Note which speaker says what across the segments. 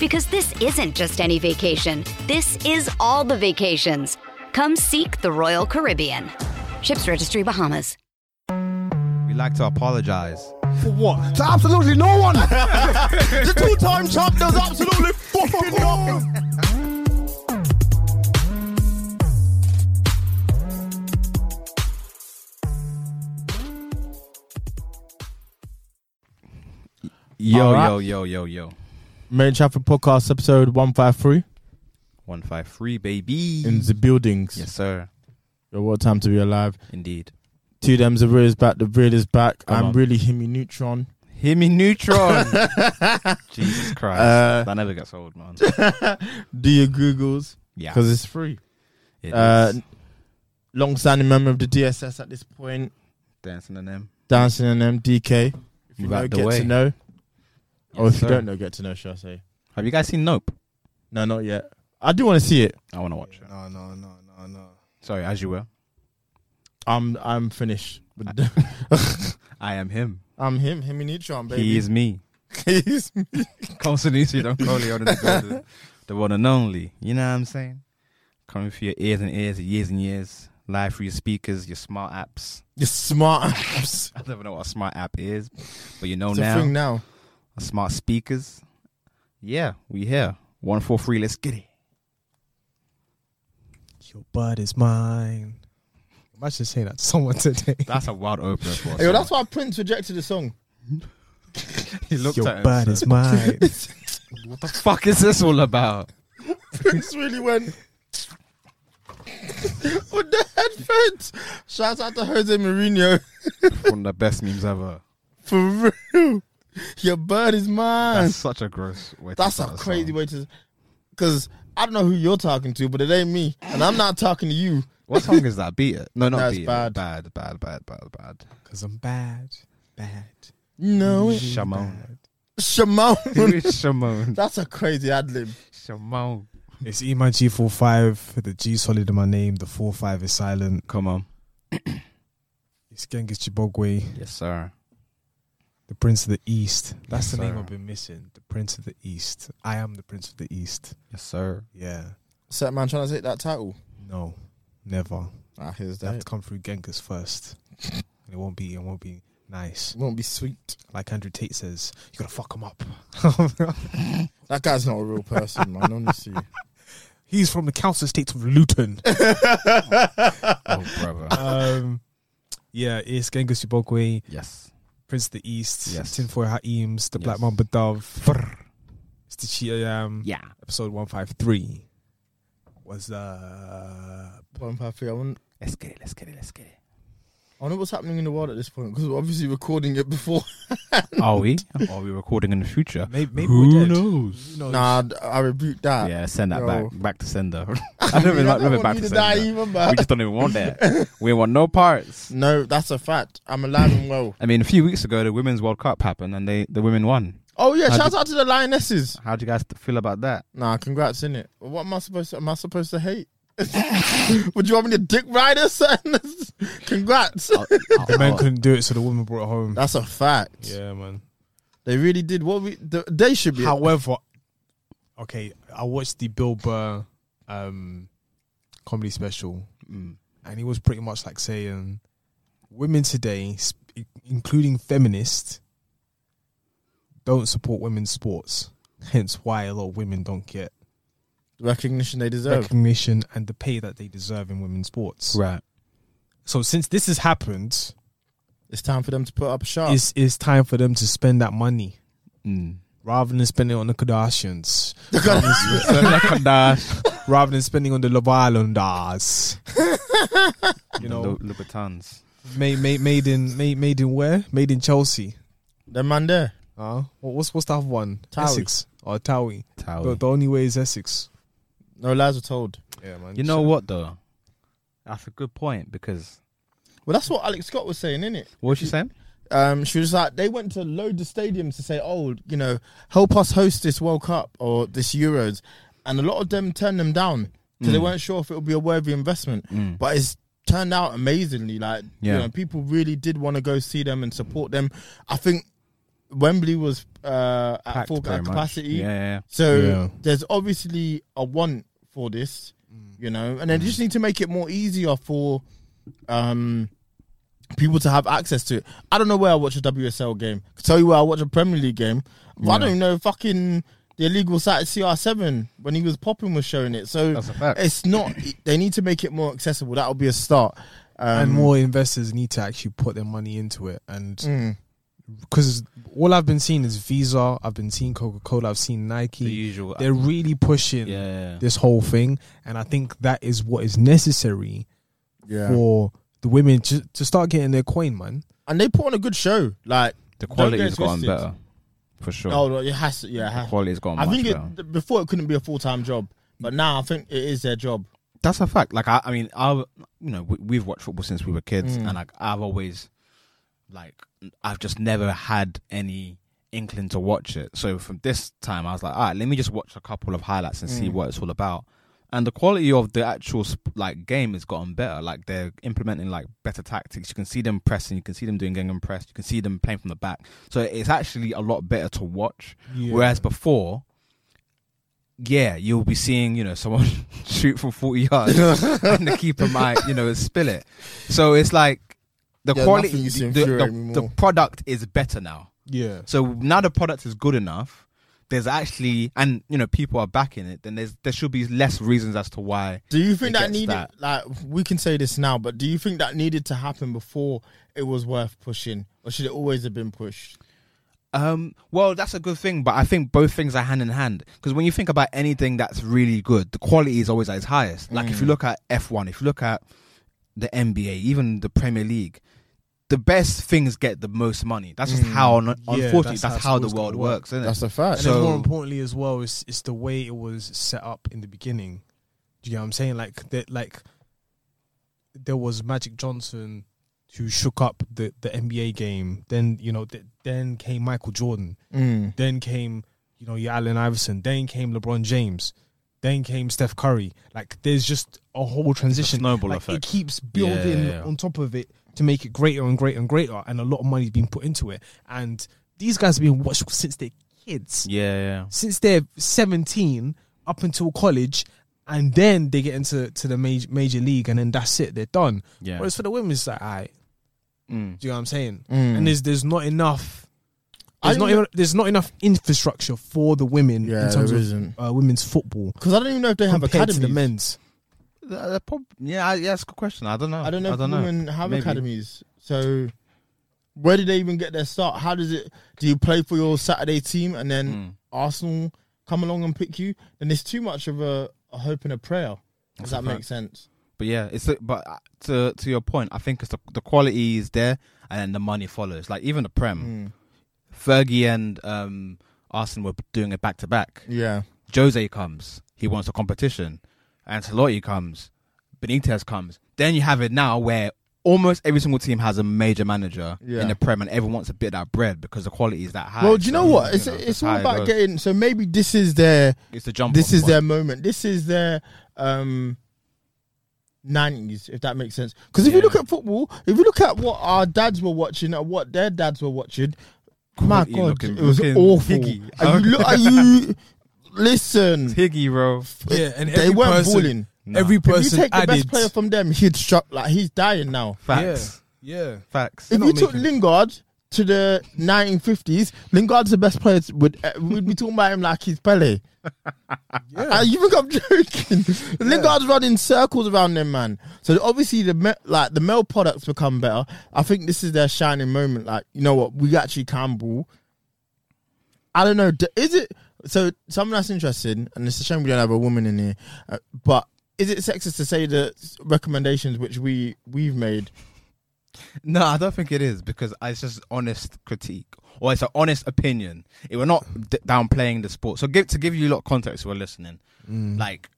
Speaker 1: Because this isn't just any vacation. This is all the vacations. Come seek the Royal Caribbean. Ships Registry Bahamas.
Speaker 2: We like to apologize.
Speaker 3: For what?
Speaker 4: to absolutely no one. the two-time champ does absolutely fucking nothing.
Speaker 2: Yo,
Speaker 3: Alright.
Speaker 2: yo, yo, yo, yo.
Speaker 3: Main Chafford Podcast, episode 153
Speaker 2: 153, baby.
Speaker 3: in the buildings.
Speaker 2: yes, sir.
Speaker 3: Yo, what a time to be alive.
Speaker 2: Indeed.
Speaker 3: Two dems, the real is back, the real is back.
Speaker 2: Come
Speaker 3: I'm
Speaker 2: on.
Speaker 3: really Himi Neutron.
Speaker 2: Hear me, Neutron.
Speaker 3: Uh,
Speaker 2: Jesus Christ. that never gets old, man.
Speaker 3: Do your Googles,
Speaker 2: Yeah.
Speaker 3: because it's free.
Speaker 2: It
Speaker 3: Uh,
Speaker 2: is.
Speaker 3: long-standing member of the DSS at this point,
Speaker 2: Dancing and them.
Speaker 3: dancing an MDK. If you
Speaker 2: Right
Speaker 3: know,
Speaker 2: the
Speaker 3: get
Speaker 2: way.
Speaker 3: to know. or if
Speaker 2: Yes,
Speaker 3: you
Speaker 2: sir.
Speaker 3: don't know, get to know, shall I say.
Speaker 2: Have you guys seen Nope?
Speaker 3: No, not yet. I do want to see it.
Speaker 2: I want to watch it.
Speaker 4: No, no, no, no, no.
Speaker 2: Sorry, as you were.
Speaker 3: I'm I'm finished. with the-
Speaker 2: I am him.
Speaker 3: I'm him, Himi Neutron, baby.
Speaker 2: He is me.
Speaker 3: He's me.
Speaker 2: Constantine Don Corleone, the, golden- the one and only. You know what I'm saying? Coming for your ears and ears, years and years. Live through your speakers, your smart apps.
Speaker 3: You're smart. it's
Speaker 2: I don't even know what a smart app is, but you know
Speaker 3: a
Speaker 2: now.
Speaker 3: thing now.
Speaker 2: smart speakers. Yeah, we here. One four three. Let's get it.
Speaker 5: Your butt is mine. I should say that to someone today.
Speaker 2: That's a wild opener for us.
Speaker 3: Yo, that's why Prince rejected the song.
Speaker 2: he looked
Speaker 5: Your
Speaker 2: at
Speaker 5: butt is mine.
Speaker 2: What the fuck is this all about?
Speaker 3: Prince really went with the headphones. Shout out to Jose Mourinho
Speaker 2: One of the best memes ever.
Speaker 3: for real. Your bird is mine.
Speaker 2: That's such a gross way. to
Speaker 3: That's,
Speaker 2: start
Speaker 3: a crazy
Speaker 2: song.
Speaker 3: way to. Because I don't know who you're talking to, but it ain't me, and I'm not talking to you.
Speaker 2: What song is that? Beat it. No, not
Speaker 3: That's
Speaker 2: beat
Speaker 3: bad.
Speaker 2: it. Bad, bad, bad, bad, bad.
Speaker 5: Cause I'm bad. Bad.
Speaker 3: No, it-
Speaker 2: Shamon. Who
Speaker 3: Shimon.
Speaker 2: is Shamon?
Speaker 3: That's a crazy ad lib.
Speaker 2: Shamon.
Speaker 5: It's E my G four five, the G solid in my name, the four five is silent.
Speaker 2: Come on.
Speaker 5: It's Genghis Chibogwe,
Speaker 2: Yes, sir.
Speaker 5: the Prince of the East. That's
Speaker 2: Yes,
Speaker 5: the name
Speaker 2: sir.
Speaker 5: I've been missing. The Prince of the East. I am the Prince of the East.
Speaker 2: Yes, sir.
Speaker 5: Yeah.
Speaker 3: Set man trying to take that title.
Speaker 5: No. Never.
Speaker 3: Ah, here's
Speaker 5: They have
Speaker 3: that.
Speaker 5: to come through Genghis first. And it won't be it won't be nice.
Speaker 3: Won't be sweet.
Speaker 5: Like Andrew Tate says, you gotta fuck him up.
Speaker 3: That guy's not a real person, man. Honestly.
Speaker 5: He's from the council estate of Luton.
Speaker 2: Oh, brother.
Speaker 5: um, yeah, it's Genghis Ibokwe,
Speaker 2: yes.
Speaker 5: Prince of the East,
Speaker 2: Yes.
Speaker 5: Tinfoil Hat Eames, The Black
Speaker 2: Yes.
Speaker 5: Mamba Dove. It's the Chia Yam.
Speaker 2: Yeah.
Speaker 5: Episode 153 was uh,
Speaker 3: One five three. I wonder,
Speaker 2: Let's get it. Let's get it. Let's get it.
Speaker 3: I wonder what's happening in the world at this point because we're obviously recording it before.
Speaker 2: Are we? Are we recording in the future?
Speaker 5: maybe, maybe
Speaker 2: Who
Speaker 5: we're dead.
Speaker 2: knows?
Speaker 5: Who knows?
Speaker 3: Nah, d- I rebuke that.
Speaker 2: Yeah, send that
Speaker 3: Uh, yo.
Speaker 2: back. Back to sender. I don't even like love
Speaker 3: I don't
Speaker 2: it back
Speaker 3: want
Speaker 2: to
Speaker 3: you to
Speaker 2: sender.
Speaker 3: die either, man.
Speaker 2: We just don't even want that. we want no parts.
Speaker 3: No, that's a fact. I'm alive and well.
Speaker 2: I mean, a few weeks ago, the Women's World Cup happened and they the women won.
Speaker 3: Oh yeah,
Speaker 2: I
Speaker 3: shout
Speaker 2: d-
Speaker 3: out to the lionesses.
Speaker 2: How do you guys feel about that?
Speaker 3: Nah, congrats in it. What am I supposed to? Am I supposed to hate? Would you want me to dick ride or something? congrats.
Speaker 5: the men couldn't do it, so the woman brought it home.
Speaker 3: Oh, That's a fact.
Speaker 5: yeah, man.
Speaker 3: They really did. What we th- they should be.
Speaker 5: However, okay, I watched the Bill Burr um, comedy special, and he was pretty much like saying, "Women today, sp- including feminists, don't support women's sports. Hence, why a lot of women don't get
Speaker 3: recognition they deserve.
Speaker 5: recognition and the pay that they deserve in women's sports."
Speaker 2: Right.
Speaker 5: So, since this has happened,
Speaker 3: It's time for them to put up a shot.
Speaker 5: It's it's time for them to spend that money
Speaker 2: Mm.
Speaker 5: rather than spending it on the Kardashians,
Speaker 2: So like a dash.
Speaker 5: rather than spending on the Love Islanders. you know,
Speaker 2: Lu- Louboutins.
Speaker 5: made made made in made, made in where? Made in Chelsea.
Speaker 3: the man there.
Speaker 5: Huh? What, what's what's that one?
Speaker 3: Towie.
Speaker 5: Essex or Towie.
Speaker 2: Towie.
Speaker 5: The, the only way is Essex.
Speaker 3: No lies were told.
Speaker 5: Yeah, man.
Speaker 2: You know what though? That's a good point because
Speaker 3: Well, that's what Alex Scott was saying, innit?
Speaker 2: what was she saying?
Speaker 3: Um, she was like, they went to loads of stadiums to say, oh, you know, help us host this World Cup or this Euros. And a lot of them turned them down because
Speaker 2: Mm.
Speaker 3: they weren't sure if it would be a worthy investment. But it's turned out amazingly. Like,
Speaker 2: Yeah.
Speaker 3: you know, people really did want to go see them and support them. I think Wembley was uh, at
Speaker 2: Packed
Speaker 3: full
Speaker 2: very much.
Speaker 3: capacity.
Speaker 2: Yeah, yeah,
Speaker 3: So
Speaker 5: Yeah.
Speaker 3: there's obviously a want for this, you know, and they just need to make it more easier for um people to have access to it. I don't know where I watch a WSL game. I can tell you where I watch a Premier League game. But I don't even know fucking the illegal site CR7 when he was popping was showing it. So
Speaker 2: That's a fact.
Speaker 3: it's not. They need to make it more accessible. That'll be a start. Um,
Speaker 5: and more investors need to actually put their money into it and
Speaker 3: mm.
Speaker 5: because all i've been seeing is visa i've been seeing coca-cola i've seen nike
Speaker 2: The usual.
Speaker 5: they're really pushing
Speaker 2: Yeah.
Speaker 5: this whole thing and i think that is what is necessary
Speaker 3: yeah.
Speaker 5: for the women to, to start getting their coin man
Speaker 3: and they put on a good show. Like
Speaker 2: The
Speaker 3: don't get
Speaker 2: quality's gotten
Speaker 3: twisted.
Speaker 2: better, for sure.
Speaker 3: Oh, no, it has. To, yeah, it has.
Speaker 2: the quality's gotten
Speaker 3: I
Speaker 2: much
Speaker 3: think
Speaker 2: better.
Speaker 3: it, th- before it couldn't be a full time job, but now I think it is their job.
Speaker 2: That's a fact. Like I, I mean, I, you know, we, we've watched football since we were kids, and like I've always, like, I've just never had any inkling to watch it. So from this time, I was like, all right, let me just watch a couple of highlights and
Speaker 3: Mm.
Speaker 2: see what it's all about. And the quality of the actual sp- like game has gotten better. Like they're implementing like better tactics. You can see them pressing. You can see them doing gang and press. You can see them playing from the back. So it's actually a lot better to watch. Whereas before, yeah, you'll be seeing, you know, someone shoot from 40 yards and the keeper might, you know, spill it. So it's like the
Speaker 3: Yeah,
Speaker 2: quality,
Speaker 3: nothing used to
Speaker 2: the, the-
Speaker 3: infuriate me
Speaker 2: the
Speaker 3: more.
Speaker 2: product is better now.
Speaker 5: yeah
Speaker 2: So now the product is good enough. There's actually, and, you know, people are backing it. Then there's there should be less reasons as to why.
Speaker 3: Do you think
Speaker 2: it
Speaker 3: that
Speaker 2: gets
Speaker 3: needed,
Speaker 2: that.
Speaker 3: like, we can say this now, but do you think that needed to happen before it was worth pushing, or should it always have been pushed?
Speaker 2: Um, well, that's a good thing, but I think both things are hand in hand because when you think about anything that's really good, the quality is always at its highest. Like if you look at F1, if you look at the NBA, even the Premier League, the best things get the most money. That's just how, un- unfortunately,
Speaker 5: that's
Speaker 2: Mm. that's,
Speaker 5: how it's
Speaker 2: how the
Speaker 5: always gonna
Speaker 2: world
Speaker 5: work.
Speaker 2: works, isn't it?
Speaker 3: a fact.
Speaker 5: and
Speaker 2: So-
Speaker 5: then more importantly as well is it's the way it was set up in the beginning do you know what i'm saying like that like there was magic johnson who shook up the the nba game then you know th- then came michael jordan then came you know your allen iverson then came lebron james then came Steph Curry. Like, there's just a whole transition.
Speaker 2: snowball
Speaker 5: like, It
Speaker 2: effect.
Speaker 5: keeps building
Speaker 2: yeah, yeah.
Speaker 5: on top of it to make it greater and greater and greater. And a lot of money's been put into it. And these guys have been watched since they're kids
Speaker 2: Yeah, yeah.
Speaker 5: since they're 17 up until college and then they get into to the major major league and then that's it they're done
Speaker 2: Yeah.
Speaker 5: whereas for the women it's like all right
Speaker 2: Mm.
Speaker 5: do you know what i'm saying and there's there's not enough there's
Speaker 3: I
Speaker 5: not
Speaker 3: don't-
Speaker 5: even, there's not enough infrastructure for the women
Speaker 3: Yeah,
Speaker 5: in terms
Speaker 3: there
Speaker 5: of
Speaker 3: isn't.
Speaker 5: uh, women's football
Speaker 3: Because I don't even know if they have
Speaker 5: compared
Speaker 3: academies.
Speaker 5: to the men's
Speaker 2: Th- that prob- yeah, I- yeah, that's a good question. I don't know.
Speaker 3: I don't know if women have
Speaker 2: Maybe.
Speaker 3: academies. So where do they even get their start? How does it? Do you play for your Saturday team and then Arsenal come along and pick you? Then it's too much of a, a hope and a prayer. Does that
Speaker 2: a
Speaker 3: make
Speaker 2: fact.
Speaker 3: sense?
Speaker 2: But yeah, it's the- but uh, to to your point, I think it's the, the quality is there, and then the money follows. Like even the
Speaker 3: Mm. Hmm.
Speaker 2: Prem, Fergie and um, Arsenal were doing it back to back.
Speaker 3: Yeah.
Speaker 2: Jose comes, he wants a competition. Ancelotti comes, Benitez comes. Then you have it now where almost every single team has a major manager
Speaker 3: Yeah.
Speaker 2: in the Prem, and everyone wants a bit of that bread because the quality is that high.
Speaker 3: Well, do you
Speaker 2: So,
Speaker 3: know what? Ah, It's
Speaker 2: know,
Speaker 3: it's
Speaker 2: how
Speaker 3: all
Speaker 2: it
Speaker 3: about
Speaker 2: goes.
Speaker 3: getting. So maybe this is their
Speaker 2: It's the jump.
Speaker 3: this
Speaker 2: off
Speaker 3: is
Speaker 2: point.
Speaker 3: their moment. This is their um nineties, if that makes sense. Because if you
Speaker 2: Yeah.
Speaker 3: look at football, if you look at what our dads were watching and what their dads were watching, my
Speaker 2: Quality
Speaker 3: God,
Speaker 2: looking-
Speaker 3: it was
Speaker 2: looking
Speaker 3: awful.
Speaker 2: piggy.
Speaker 3: Are you, look, are you listen?
Speaker 2: Higgy, bro.
Speaker 5: yeah and
Speaker 3: They
Speaker 5: every
Speaker 3: weren't
Speaker 5: person,
Speaker 3: balling.
Speaker 5: every
Speaker 3: If you
Speaker 5: person
Speaker 3: take the
Speaker 5: added
Speaker 3: best player from them, he'd shut like he's dying now.
Speaker 2: Facts.
Speaker 5: yeah yeah
Speaker 2: Facts.
Speaker 3: If
Speaker 5: not
Speaker 3: you took
Speaker 5: making-
Speaker 3: Lingard, to the 1950s, Lingard's the best player. Would uh, would be talking about him like he's Pele? Uh, you think I'm joking? Lingard's running circles around them, man. So obviously the me- like the male products become better. I think this is their shining moment. Like you know what, we actually can ball. I don't know. d- Is it so? Something that's interesting, and it's a shame we don't have a woman in here. Uh, but is it sexist to say that s- recommendations which we we've made?
Speaker 2: No, I don't think it is because it's just honest critique or it's an honest opinion. It, we're not d- downplaying the sport. So give, to give you a lot of context, who are listening. Like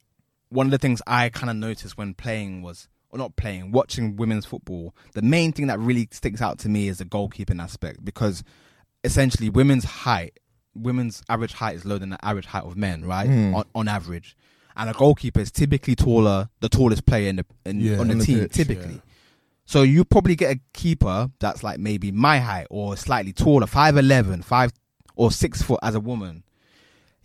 Speaker 2: one of the things I kind of noticed when playing was, or not playing, watching women's football. The main thing that really sticks out to me is the goalkeeping aspect because essentially women's height, women's average height is lower than the average height of men, right?
Speaker 5: Hmm.
Speaker 2: On, on average, and a goalkeeper is typically taller, the tallest player in the in,
Speaker 5: Yeah,
Speaker 2: on the
Speaker 5: on the
Speaker 2: team,
Speaker 5: pitch,
Speaker 2: typically.
Speaker 5: yeah.
Speaker 2: So you probably get a keeper that's like maybe my height or slightly taller, 5'11", 5 or six foot as a woman.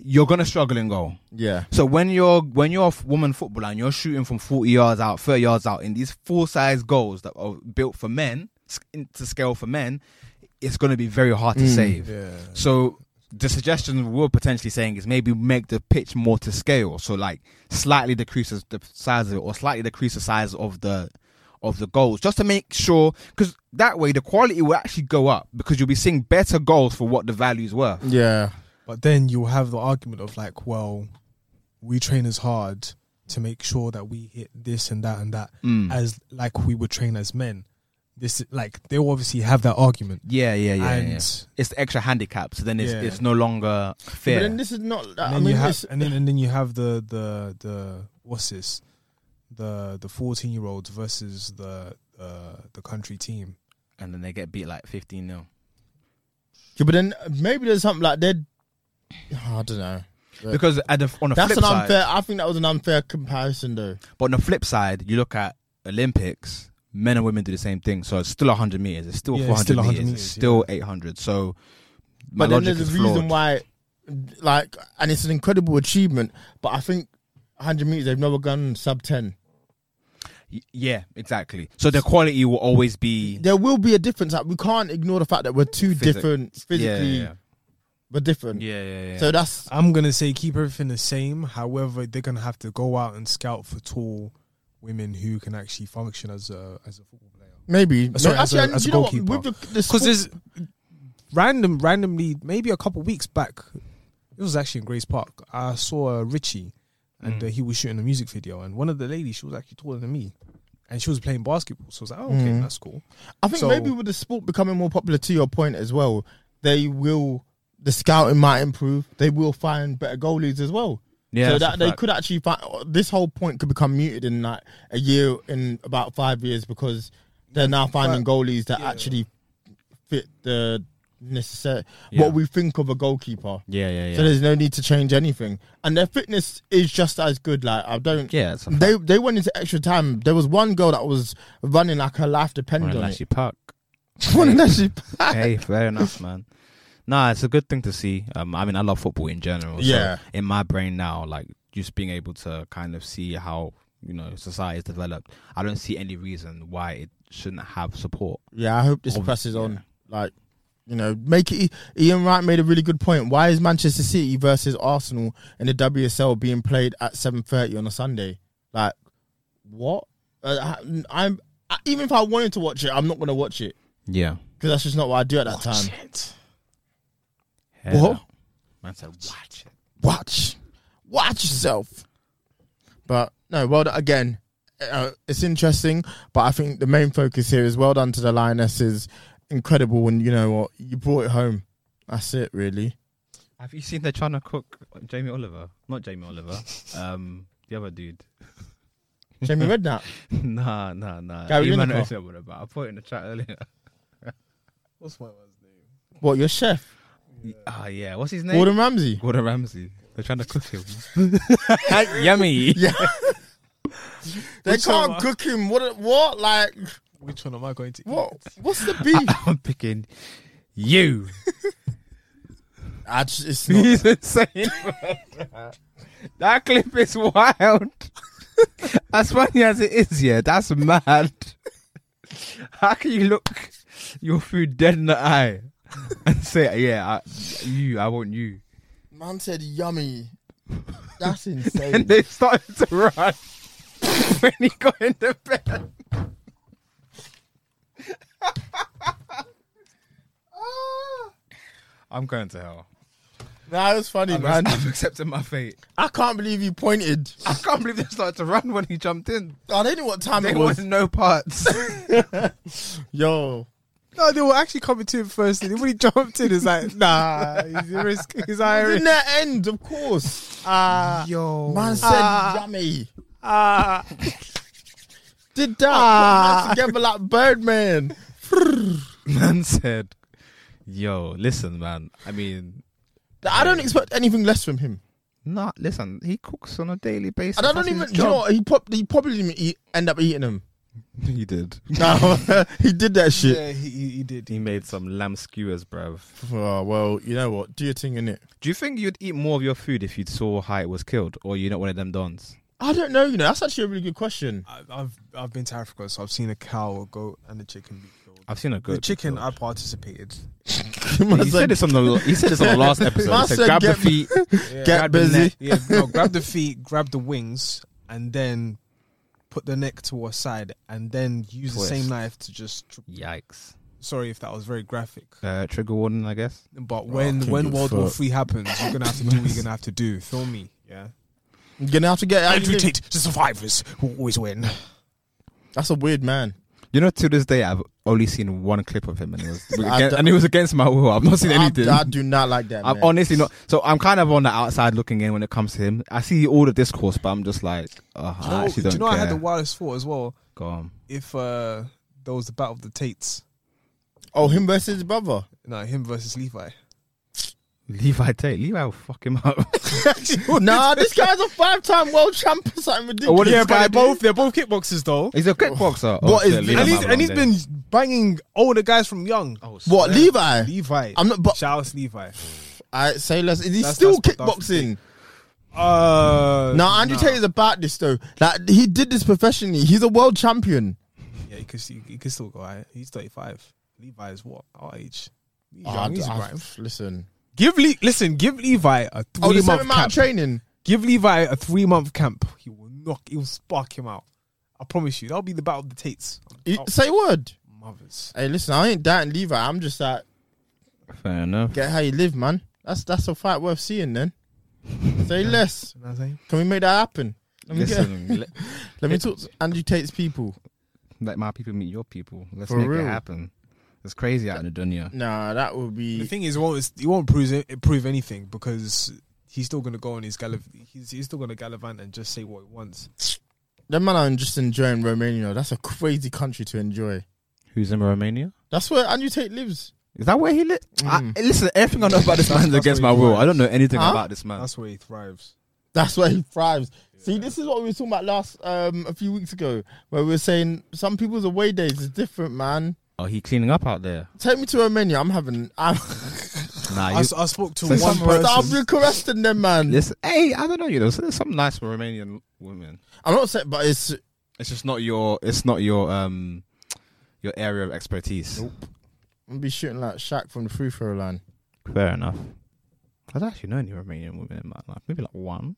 Speaker 2: You're gonna struggle in goal.
Speaker 3: Yeah,
Speaker 2: So when you're when you're a f- woman footballer and you're shooting from 40 yards out, 30 yards out in these full size goals that are built for men s- in- to scale for men, it's going to be very hard to save. So the suggestion we're potentially saying is maybe make the pitch more to scale. So like slightly decrease the- the size of it or slightly decrease the size of the of the goals just to make sure because that way the quality will actually go up because you'll be seeing better goals for what the value's worth.
Speaker 3: yeah.
Speaker 5: But then you'll have the argument of like, well, we train as hard to make sure that we hit this and that and that
Speaker 2: Mm.
Speaker 5: as like we would train as men. This like they'll obviously have that argument.
Speaker 2: Yeah, yeah, yeah.
Speaker 5: And-
Speaker 2: yeah. It's the extra handicap, so then it's,
Speaker 5: Yeah.
Speaker 2: it's no longer
Speaker 3: But
Speaker 2: fair.
Speaker 3: then this is not.
Speaker 5: And
Speaker 3: Uh, I
Speaker 5: then
Speaker 3: mean,
Speaker 5: you have
Speaker 3: this,
Speaker 5: and then and then you have the the the what's this? The the fourteen year olds versus the uh, the country team.
Speaker 2: and then they get beat like 15 0.
Speaker 3: yeah, but then maybe there's something like that. I don't know.
Speaker 2: Because at the, on the
Speaker 3: That's
Speaker 2: flip
Speaker 3: an
Speaker 2: side,
Speaker 3: unfair. I think that was an unfair comparison, though.
Speaker 2: but on the flip side, you look at Olympics, men and women do the same thing. So it's still 100 meters, it's still
Speaker 5: Yeah,
Speaker 2: 400
Speaker 5: it's still
Speaker 2: meters,
Speaker 5: 100
Speaker 2: it's
Speaker 5: meters,
Speaker 2: still 800. So my
Speaker 3: But then
Speaker 2: logic
Speaker 3: there's a
Speaker 2: is
Speaker 3: reason
Speaker 2: flawed.
Speaker 3: why, like, and it's an incredible achievement. But I think 100 meters, they've never gone sub 10.
Speaker 2: Y- Yeah, exactly. So the quality will always be
Speaker 3: There will be a difference. Like, we can't ignore the fact that we're two
Speaker 2: physic-
Speaker 3: different
Speaker 2: Yeah, yeah,
Speaker 3: physically.
Speaker 2: yeah.
Speaker 3: We're different.
Speaker 2: Yeah, yeah, yeah.
Speaker 3: So that's
Speaker 5: I'm gonna say keep everything the same. However, they're gonna have to go out and scout for tall women who can actually function as a as a football player.
Speaker 3: maybe.
Speaker 5: Sorry,
Speaker 3: no,
Speaker 5: as a-
Speaker 3: actually, and
Speaker 5: as a
Speaker 3: you know what?
Speaker 5: goalkeeper.
Speaker 3: With the, the
Speaker 5: because
Speaker 3: sport-
Speaker 5: there's random, randomly, maybe a couple weeks back, it was actually in Grace Park. I saw uh, Richie, and uh, he was shooting a music video, and one of the ladies, she was actually taller than me, and she was playing basketball. So I was like, oh, okay, that's cool.
Speaker 3: I think
Speaker 5: So-
Speaker 3: maybe with the sport becoming more popular, to your point as well, they will the scouting might improve. They will find better goalies as well.
Speaker 2: Yeah, that's
Speaker 3: so that
Speaker 2: a
Speaker 3: they
Speaker 2: fact.
Speaker 3: could actually find this whole point could become muted in like a year in about five years because they're now finding goalies that actually fit the necessary
Speaker 2: Yeah.
Speaker 3: what we think of a goalkeeper.
Speaker 2: yeah, yeah, yeah.
Speaker 3: So there's no need to change anything, and their fitness is just as good. Like I don't.
Speaker 2: Yeah, that's a fact.
Speaker 3: They they went into extra time. There was one girl that was running like her life
Speaker 2: We're
Speaker 3: depended
Speaker 2: in
Speaker 3: on it.
Speaker 2: Lashley Park.
Speaker 3: One of those shit-
Speaker 2: hey, fair enough, man. Nah, it's a good thing to see. Um, I mean, I love football in general.
Speaker 3: Yeah.
Speaker 2: So in my brain now, like just being able to kind of see how you know society's developed, I don't see any reason why it shouldn't have support.
Speaker 3: Yeah, I hope this presses on. Like, you know, make it. e, Ian Wright made a really good point. Why is Manchester City versus Arsenal in the WSL being played at seven thirty on a Sunday? Like, what? Uh, I, I'm I, even if I wanted to watch it, I'm not gonna watch it
Speaker 2: Yeah.
Speaker 3: because that's just not what I do at that time.
Speaker 5: Shit.
Speaker 3: What?
Speaker 2: Man said, watch it.
Speaker 3: watch, watch yourself. But no, well done again. Uh, it's interesting, but I think the main focus here is well done to the lionesses. Incredible, and you know what, you brought it home. That's it, really.
Speaker 2: Have you seen they're trying to cook Jamie Oliver? Not Jamie Oliver. um, the other dude.
Speaker 3: Jamie Redknapp.
Speaker 2: nah, nah, nah.
Speaker 3: Gary
Speaker 2: You man
Speaker 3: Lineker.
Speaker 2: knows what about. I put it in the chat earlier.
Speaker 5: What's my man's name?
Speaker 3: What your chef,
Speaker 2: Ah, yeah. What's his name?
Speaker 3: Gordon Ramsay?
Speaker 2: Gordon Ramsay. They're trying to cook him. Yummy.
Speaker 3: Yeah, they
Speaker 5: Which one?
Speaker 3: can't cook him. What? What? Like
Speaker 5: Which one am I going to?
Speaker 3: what? What's the beef?
Speaker 2: I'm picking you.
Speaker 3: I just, it's not.
Speaker 2: He's insane. that clip is wild. as funny as it is, yeah, that's mad. How can you look your food dead in the eye and say, "Yeah, I, you, I want you."
Speaker 3: Man said yummy. That's insane.
Speaker 2: And they started to run when he got in the bed. I'm going to hell.
Speaker 3: nah, it's funny,
Speaker 2: I'm,
Speaker 3: man.
Speaker 2: I'm accepting my fate.
Speaker 3: I can't believe you pointed.
Speaker 2: I can't believe they started to run when he jumped in.
Speaker 3: I didn't know what time
Speaker 2: They
Speaker 3: it was.
Speaker 2: wanted no parts.
Speaker 3: Yo,
Speaker 5: No, they were actually coming to him first. And when he jumped in, it's like, nah, he's risk. He's
Speaker 3: didn't
Speaker 5: Irish.
Speaker 3: that end? Of course.
Speaker 5: Ah, yo,
Speaker 3: Man said yummy.
Speaker 5: ah.
Speaker 3: Did that
Speaker 2: Ah.
Speaker 3: put man together like Birdman?
Speaker 2: man said, "Yo, listen, man. I mean,
Speaker 3: I don't expect anything less from him.
Speaker 2: nah, listen. He cooks on a daily basis.
Speaker 3: And I don't
Speaker 2: That's his
Speaker 3: even. You know,
Speaker 2: job."
Speaker 3: what? he, prob- he probably didn't eat, end up eating him.
Speaker 2: He did.
Speaker 3: No, he did that shit.
Speaker 5: Yeah, he, he he did.
Speaker 2: He made some lamb skewers, bruv.
Speaker 3: Oh, well, you know what? Do your thing in it.
Speaker 2: Do you think you'd eat more of your food if you saw how it was killed, or you're not one of them dons?
Speaker 3: I don't know. You know, that's actually a really good question.
Speaker 5: I- I've I've been to Africa, so I've seen a cow, a goat, and a chicken be killed.
Speaker 2: I've seen a
Speaker 5: The
Speaker 2: good
Speaker 5: chicken, I participated.
Speaker 2: He said this on the he said this on the last episode.
Speaker 3: Man
Speaker 2: He said,
Speaker 3: said,
Speaker 2: grab the
Speaker 3: "Get-
Speaker 2: feet,
Speaker 5: Yeah.
Speaker 3: Get
Speaker 2: grab the
Speaker 3: busy.
Speaker 2: neck."
Speaker 5: Yeah, no, grab the feet, grab the wings, and then put the neck to a side, and then use
Speaker 2: Twist.
Speaker 5: the same knife to just. Tri-
Speaker 2: Yikes!
Speaker 5: Sorry if that was very graphic,
Speaker 2: Uh, trigger warning, I guess.
Speaker 5: but when
Speaker 3: can
Speaker 5: when
Speaker 3: give a
Speaker 5: World War
Speaker 3: fuck.
Speaker 5: Three happens, you're gonna have to do what you're gonna have to do. Feel me? Yeah.
Speaker 3: You're gonna have to get. out of
Speaker 5: Andrew
Speaker 3: here.
Speaker 5: Tate, the survivors will always win.
Speaker 3: That's a weird man.
Speaker 2: You know, to this day, I've only seen one clip of him, and it was against,
Speaker 3: don't-
Speaker 2: and it was against my will. I've not seen
Speaker 3: I,
Speaker 2: anything.
Speaker 3: I do not like that.
Speaker 2: I'm
Speaker 3: man.
Speaker 2: honestly not. So I'm kind of on the outside looking in when it comes to him. I see all the discourse, but I'm just like, uh,
Speaker 5: Do you
Speaker 2: I
Speaker 5: know,
Speaker 2: actually
Speaker 5: do
Speaker 2: don't
Speaker 5: you know
Speaker 2: care.
Speaker 5: I had the wildest thought as well.
Speaker 2: Go on.
Speaker 5: If uh, there was the battle of the Tates,
Speaker 3: Oh, him versus his brother.
Speaker 5: no, him versus Levi.
Speaker 2: Levi Tate. Levi will fuck him up.
Speaker 3: nah, this guy's a five-time world champ or something ridiculous.
Speaker 2: What did this guy do?
Speaker 5: they're both kickboxers though.
Speaker 2: He's a kickboxer. Oh,
Speaker 3: What is-
Speaker 2: leave
Speaker 5: and
Speaker 2: him
Speaker 5: he's,
Speaker 2: out
Speaker 5: and he's
Speaker 2: alone
Speaker 5: been banging older guys from young. Oh,
Speaker 3: What, Levi?
Speaker 5: Levi.
Speaker 3: I'm not- but-
Speaker 5: Charles Levi.
Speaker 3: I say less. Is he
Speaker 5: That's-
Speaker 3: still
Speaker 5: that's- that's the
Speaker 3: kickboxing?
Speaker 5: Uh,
Speaker 3: Nah, Andrew Tate is about this though. Like he did this professionally. He's a world champion.
Speaker 5: Yeah, he could, he, he could still go. Right? He's 35. Levi is what? Our age. He's
Speaker 3: Oh,
Speaker 5: young,
Speaker 3: I-
Speaker 5: he's
Speaker 3: I-
Speaker 5: grime.
Speaker 3: listen.
Speaker 5: Give Le- listen, give Levi a
Speaker 3: Oh,
Speaker 5: three
Speaker 3: the same
Speaker 5: month
Speaker 3: amount of
Speaker 5: camp.
Speaker 3: training.
Speaker 5: give Levi a three month camp. He will knock. He will spark him out. I promise you. That'll be the battle of the Tates.
Speaker 3: You-
Speaker 5: Oh,
Speaker 3: Say word.
Speaker 5: mothers.
Speaker 3: Hey, listen. I ain't doubting Levi. I'm just like,
Speaker 2: there. Fair enough.
Speaker 3: get how you live, man. That's that's a fight worth seeing. Then say less.
Speaker 5: You know what I'm saying?
Speaker 3: Can we make that happen? Let me, get,
Speaker 2: Listen, let,
Speaker 3: let me talk to Andrew Tate's people.
Speaker 2: let my people meet your people. Let's
Speaker 3: For
Speaker 2: make
Speaker 3: real.
Speaker 2: it happen. It's crazy out in the dunya.
Speaker 3: Nah, that would
Speaker 5: The
Speaker 3: be.
Speaker 5: thing is, it won't, it won't prove, it prove anything because he's still going to go on his gallivant. He's, he's still going to gallivant and just say what he wants.
Speaker 3: Them man are just enjoying Romania. That's a crazy country to enjoy.
Speaker 2: Who's in Romania?
Speaker 3: That's where Andrew Tate lives.
Speaker 2: Is that where he li
Speaker 5: Mm.
Speaker 2: I, listen, everything I know about this man's
Speaker 5: that's
Speaker 2: against my
Speaker 5: where he
Speaker 2: will.
Speaker 5: was.
Speaker 2: I don't know anything
Speaker 3: Huh?
Speaker 2: about this man.
Speaker 5: That's where he thrives.
Speaker 3: That's where he thrives. See, this is what we were talking about last um, a few weeks ago, where we were saying some people's away days is different, man.
Speaker 2: oh, he cleaning up out there.
Speaker 3: Take me to Romania. I'm having. I'm,
Speaker 2: Nah,
Speaker 5: I,
Speaker 2: you,
Speaker 5: s- I spoke to
Speaker 2: So
Speaker 5: one
Speaker 2: someone-
Speaker 5: person.
Speaker 3: Stop you caressing them, man.
Speaker 2: listen, hey, I don't know. You know, there's some nice Romanian women.
Speaker 3: I'm not saying, but it's
Speaker 2: It's just not your. It's not your um, your area of expertise.
Speaker 3: I'm gonna be shooting like Shaq from the free throw line.
Speaker 2: Fair enough. I don't actually know any Romanian women in my life. Maybe like one,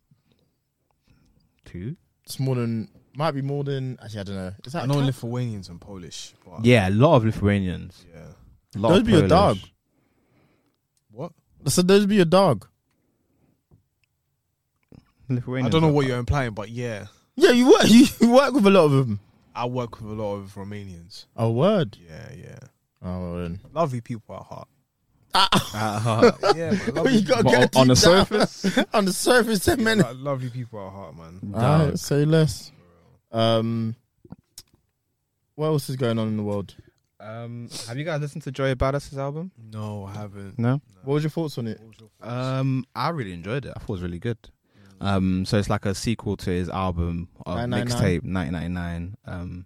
Speaker 2: two.
Speaker 3: It's more than might be more than actually I don't know. Is that
Speaker 5: I
Speaker 3: a
Speaker 5: know
Speaker 3: count?
Speaker 5: Lithuanians and Polish. But
Speaker 2: Yeah, a lot of Lithuanians.
Speaker 5: yeah.
Speaker 2: A lot
Speaker 3: Those
Speaker 2: of
Speaker 3: be your
Speaker 2: Polish.
Speaker 3: dog.
Speaker 5: What?
Speaker 3: So those be your dog.
Speaker 2: Lithuanians.
Speaker 5: I don't know what you're implying, but yeah,
Speaker 3: Yeah, you work you, work with a lot of them.
Speaker 5: I work with a lot of Romanians.
Speaker 3: Oh word.
Speaker 5: Yeah, yeah.
Speaker 3: Oh well then.
Speaker 5: Lovely people at heart.
Speaker 2: Uh,
Speaker 5: Yeah, but
Speaker 3: But you
Speaker 5: lovely,
Speaker 3: gotta
Speaker 2: But
Speaker 3: get
Speaker 2: on- on the
Speaker 3: deep down.
Speaker 2: surface?
Speaker 3: on the surface, ten
Speaker 5: yeah,
Speaker 3: minutes.
Speaker 5: lo- lovely people at heart, man.
Speaker 3: Alright, say less. Um, what else is going on in the world?
Speaker 2: um, have you guys listened to Joey Badass's album?
Speaker 5: No, I haven't.
Speaker 2: No.
Speaker 3: What was your thoughts on it?
Speaker 2: Um, I really enjoyed it. I thought it was really good.
Speaker 5: Mm.
Speaker 2: Um, so it's like a sequel to his album of
Speaker 3: 999.
Speaker 2: mixtape 1999. Um,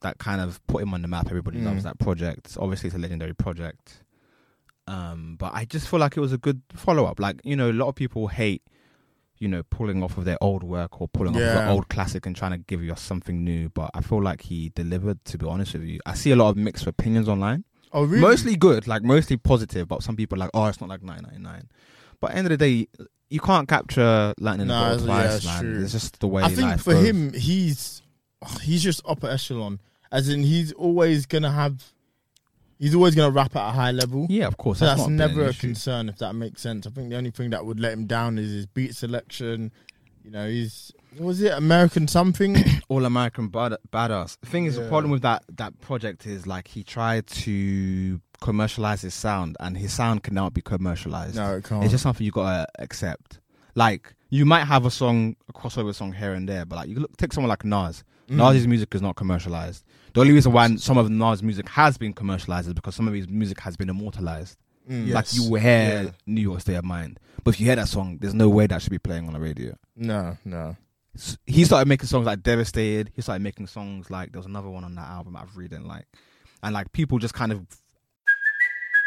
Speaker 2: that kind of put him on the map. Everybody loves that project. Obviously, it's a legendary project. Um, but I just feel like it was a good follow up. Like you know, a lot of people hate you know pulling off of their old work or pulling off of
Speaker 3: Yeah.
Speaker 2: an old classic and trying to give you something new. But I feel like he delivered. To be honest with you, I see a lot of mixed opinions online.
Speaker 3: Oh, really?
Speaker 2: Mostly good, like mostly positive, but some people are like, oh, it's not like 999. But end of the day, you can't capture lightning in
Speaker 3: Nah,
Speaker 2: a bottle
Speaker 3: it's- yeah,
Speaker 2: twice,
Speaker 3: it's
Speaker 2: man.
Speaker 3: true.
Speaker 2: It's just the way
Speaker 3: I think
Speaker 2: life
Speaker 3: for
Speaker 2: goes.
Speaker 3: him, he's he's just upper echelon. As in, he's always gonna have, he's always gonna rap at a high level.
Speaker 2: yeah, of course,
Speaker 3: So
Speaker 2: that's,
Speaker 3: that's,
Speaker 2: not been an
Speaker 3: never a
Speaker 2: issue.
Speaker 3: concern if that makes sense. I think the only thing that would let him down is his beat selection. You know, he's what was it American something?
Speaker 2: all American bad- badass. The thing is, the problem with that that project is like he tried to commercialize his sound, and his sound cannot be commercialized.
Speaker 3: No, it can't.
Speaker 2: It's just something you gotta accept. Like you might have a song, a crossover song here and there, but like you look, take someone like Nas. Nas's music is not commercialized. The only reason why some of Nas' music has been commercialized is because some of his music has been immortalized. Like
Speaker 5: Yes.
Speaker 2: you will hear New York State of Mind, but if you hear that song, there's no way that should be playing on the radio
Speaker 3: no, no.
Speaker 2: s- he started making songs like Devastated. He started making songs like there was another one on that album I have reading like, and like people just kind of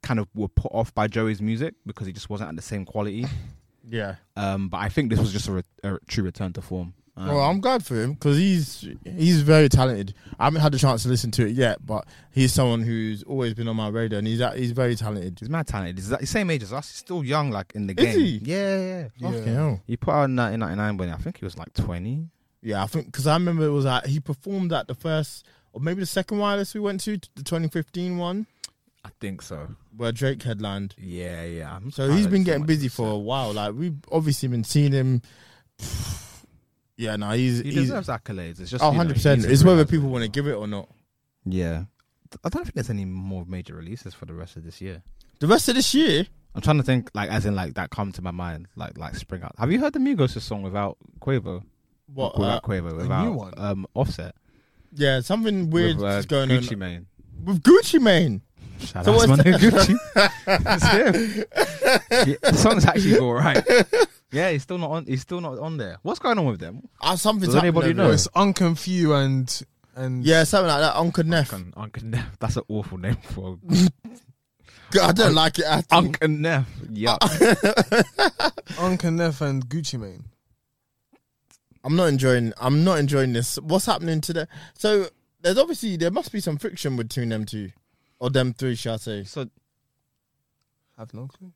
Speaker 2: kind of were put off by Joey's music because he just wasn't at the same quality.
Speaker 3: Yeah.
Speaker 2: Um, but I think this was just a, re- a true return to form. Um,
Speaker 3: well, I'm glad for him because he's he's very talented. I haven't had the chance to listen to it yet, but he's someone who's always been on my radar, and he's a- he's very talented.
Speaker 2: he's mad talented. He's the same age as us. He's still young, like in the
Speaker 3: Is
Speaker 2: game.
Speaker 3: he?
Speaker 2: Yeah, yeah. yeah.
Speaker 3: Fucking hell.
Speaker 2: He put out in 1999 when I think he was like 20.
Speaker 3: Yeah, I think because I remember it was at he performed at the first or maybe the second wireless we went to, the 2015 one
Speaker 2: I think so.
Speaker 3: where Drake headlined.
Speaker 2: Yeah, yeah. I'm
Speaker 3: So
Speaker 2: proud
Speaker 3: he's
Speaker 2: of
Speaker 3: been
Speaker 2: him so
Speaker 3: getting
Speaker 2: much.
Speaker 3: busy for a while. Like we've obviously been seeing him. Yeah, no, he's
Speaker 2: He
Speaker 3: he's
Speaker 2: deserves accolades. It's just
Speaker 3: oh,
Speaker 2: you know,
Speaker 3: 100 percent.
Speaker 2: he's a
Speaker 3: It's whether
Speaker 2: realist.
Speaker 3: people want to give it or not.
Speaker 2: Yeah. I don't think there's any more major releases for the rest of this year.
Speaker 3: The rest of this year,
Speaker 2: I'm trying to think, like, as in, like, that come to my mind, like, like spring out. Have you heard the Migos' song without Quavo?
Speaker 3: what?
Speaker 2: without
Speaker 3: uh,
Speaker 2: Quavo, without
Speaker 5: new one?
Speaker 2: um Offset,
Speaker 3: yeah, something weird
Speaker 2: with, uh,
Speaker 3: is going
Speaker 2: Gucci
Speaker 3: on
Speaker 2: Mane.
Speaker 3: with Gucci Mane.
Speaker 2: Shout
Speaker 3: So
Speaker 2: out to my
Speaker 3: what's
Speaker 2: nigga Gucci. That's him. Yeah, the song's actually all right. Yeah, he's still not on. He's still not on there. What's going on with them?
Speaker 3: Uh, something's
Speaker 2: Does anybody
Speaker 3: happening
Speaker 2: know?
Speaker 3: over
Speaker 5: Oh, It's unconfused and and
Speaker 3: there. Yeah, something like that. Uncle Neff.
Speaker 2: Unc- Unc and Neff. That's an awful name for
Speaker 3: God, I don't like it at all.
Speaker 2: Unc and Neff. Yuck.
Speaker 5: Uncle Neff and Gucci Mane.
Speaker 3: I'm not enjoying. I'm not enjoying this. What's happening today? So there's obviously there must be some friction between them two, or them three, shall I say?
Speaker 2: so
Speaker 5: Have no clue.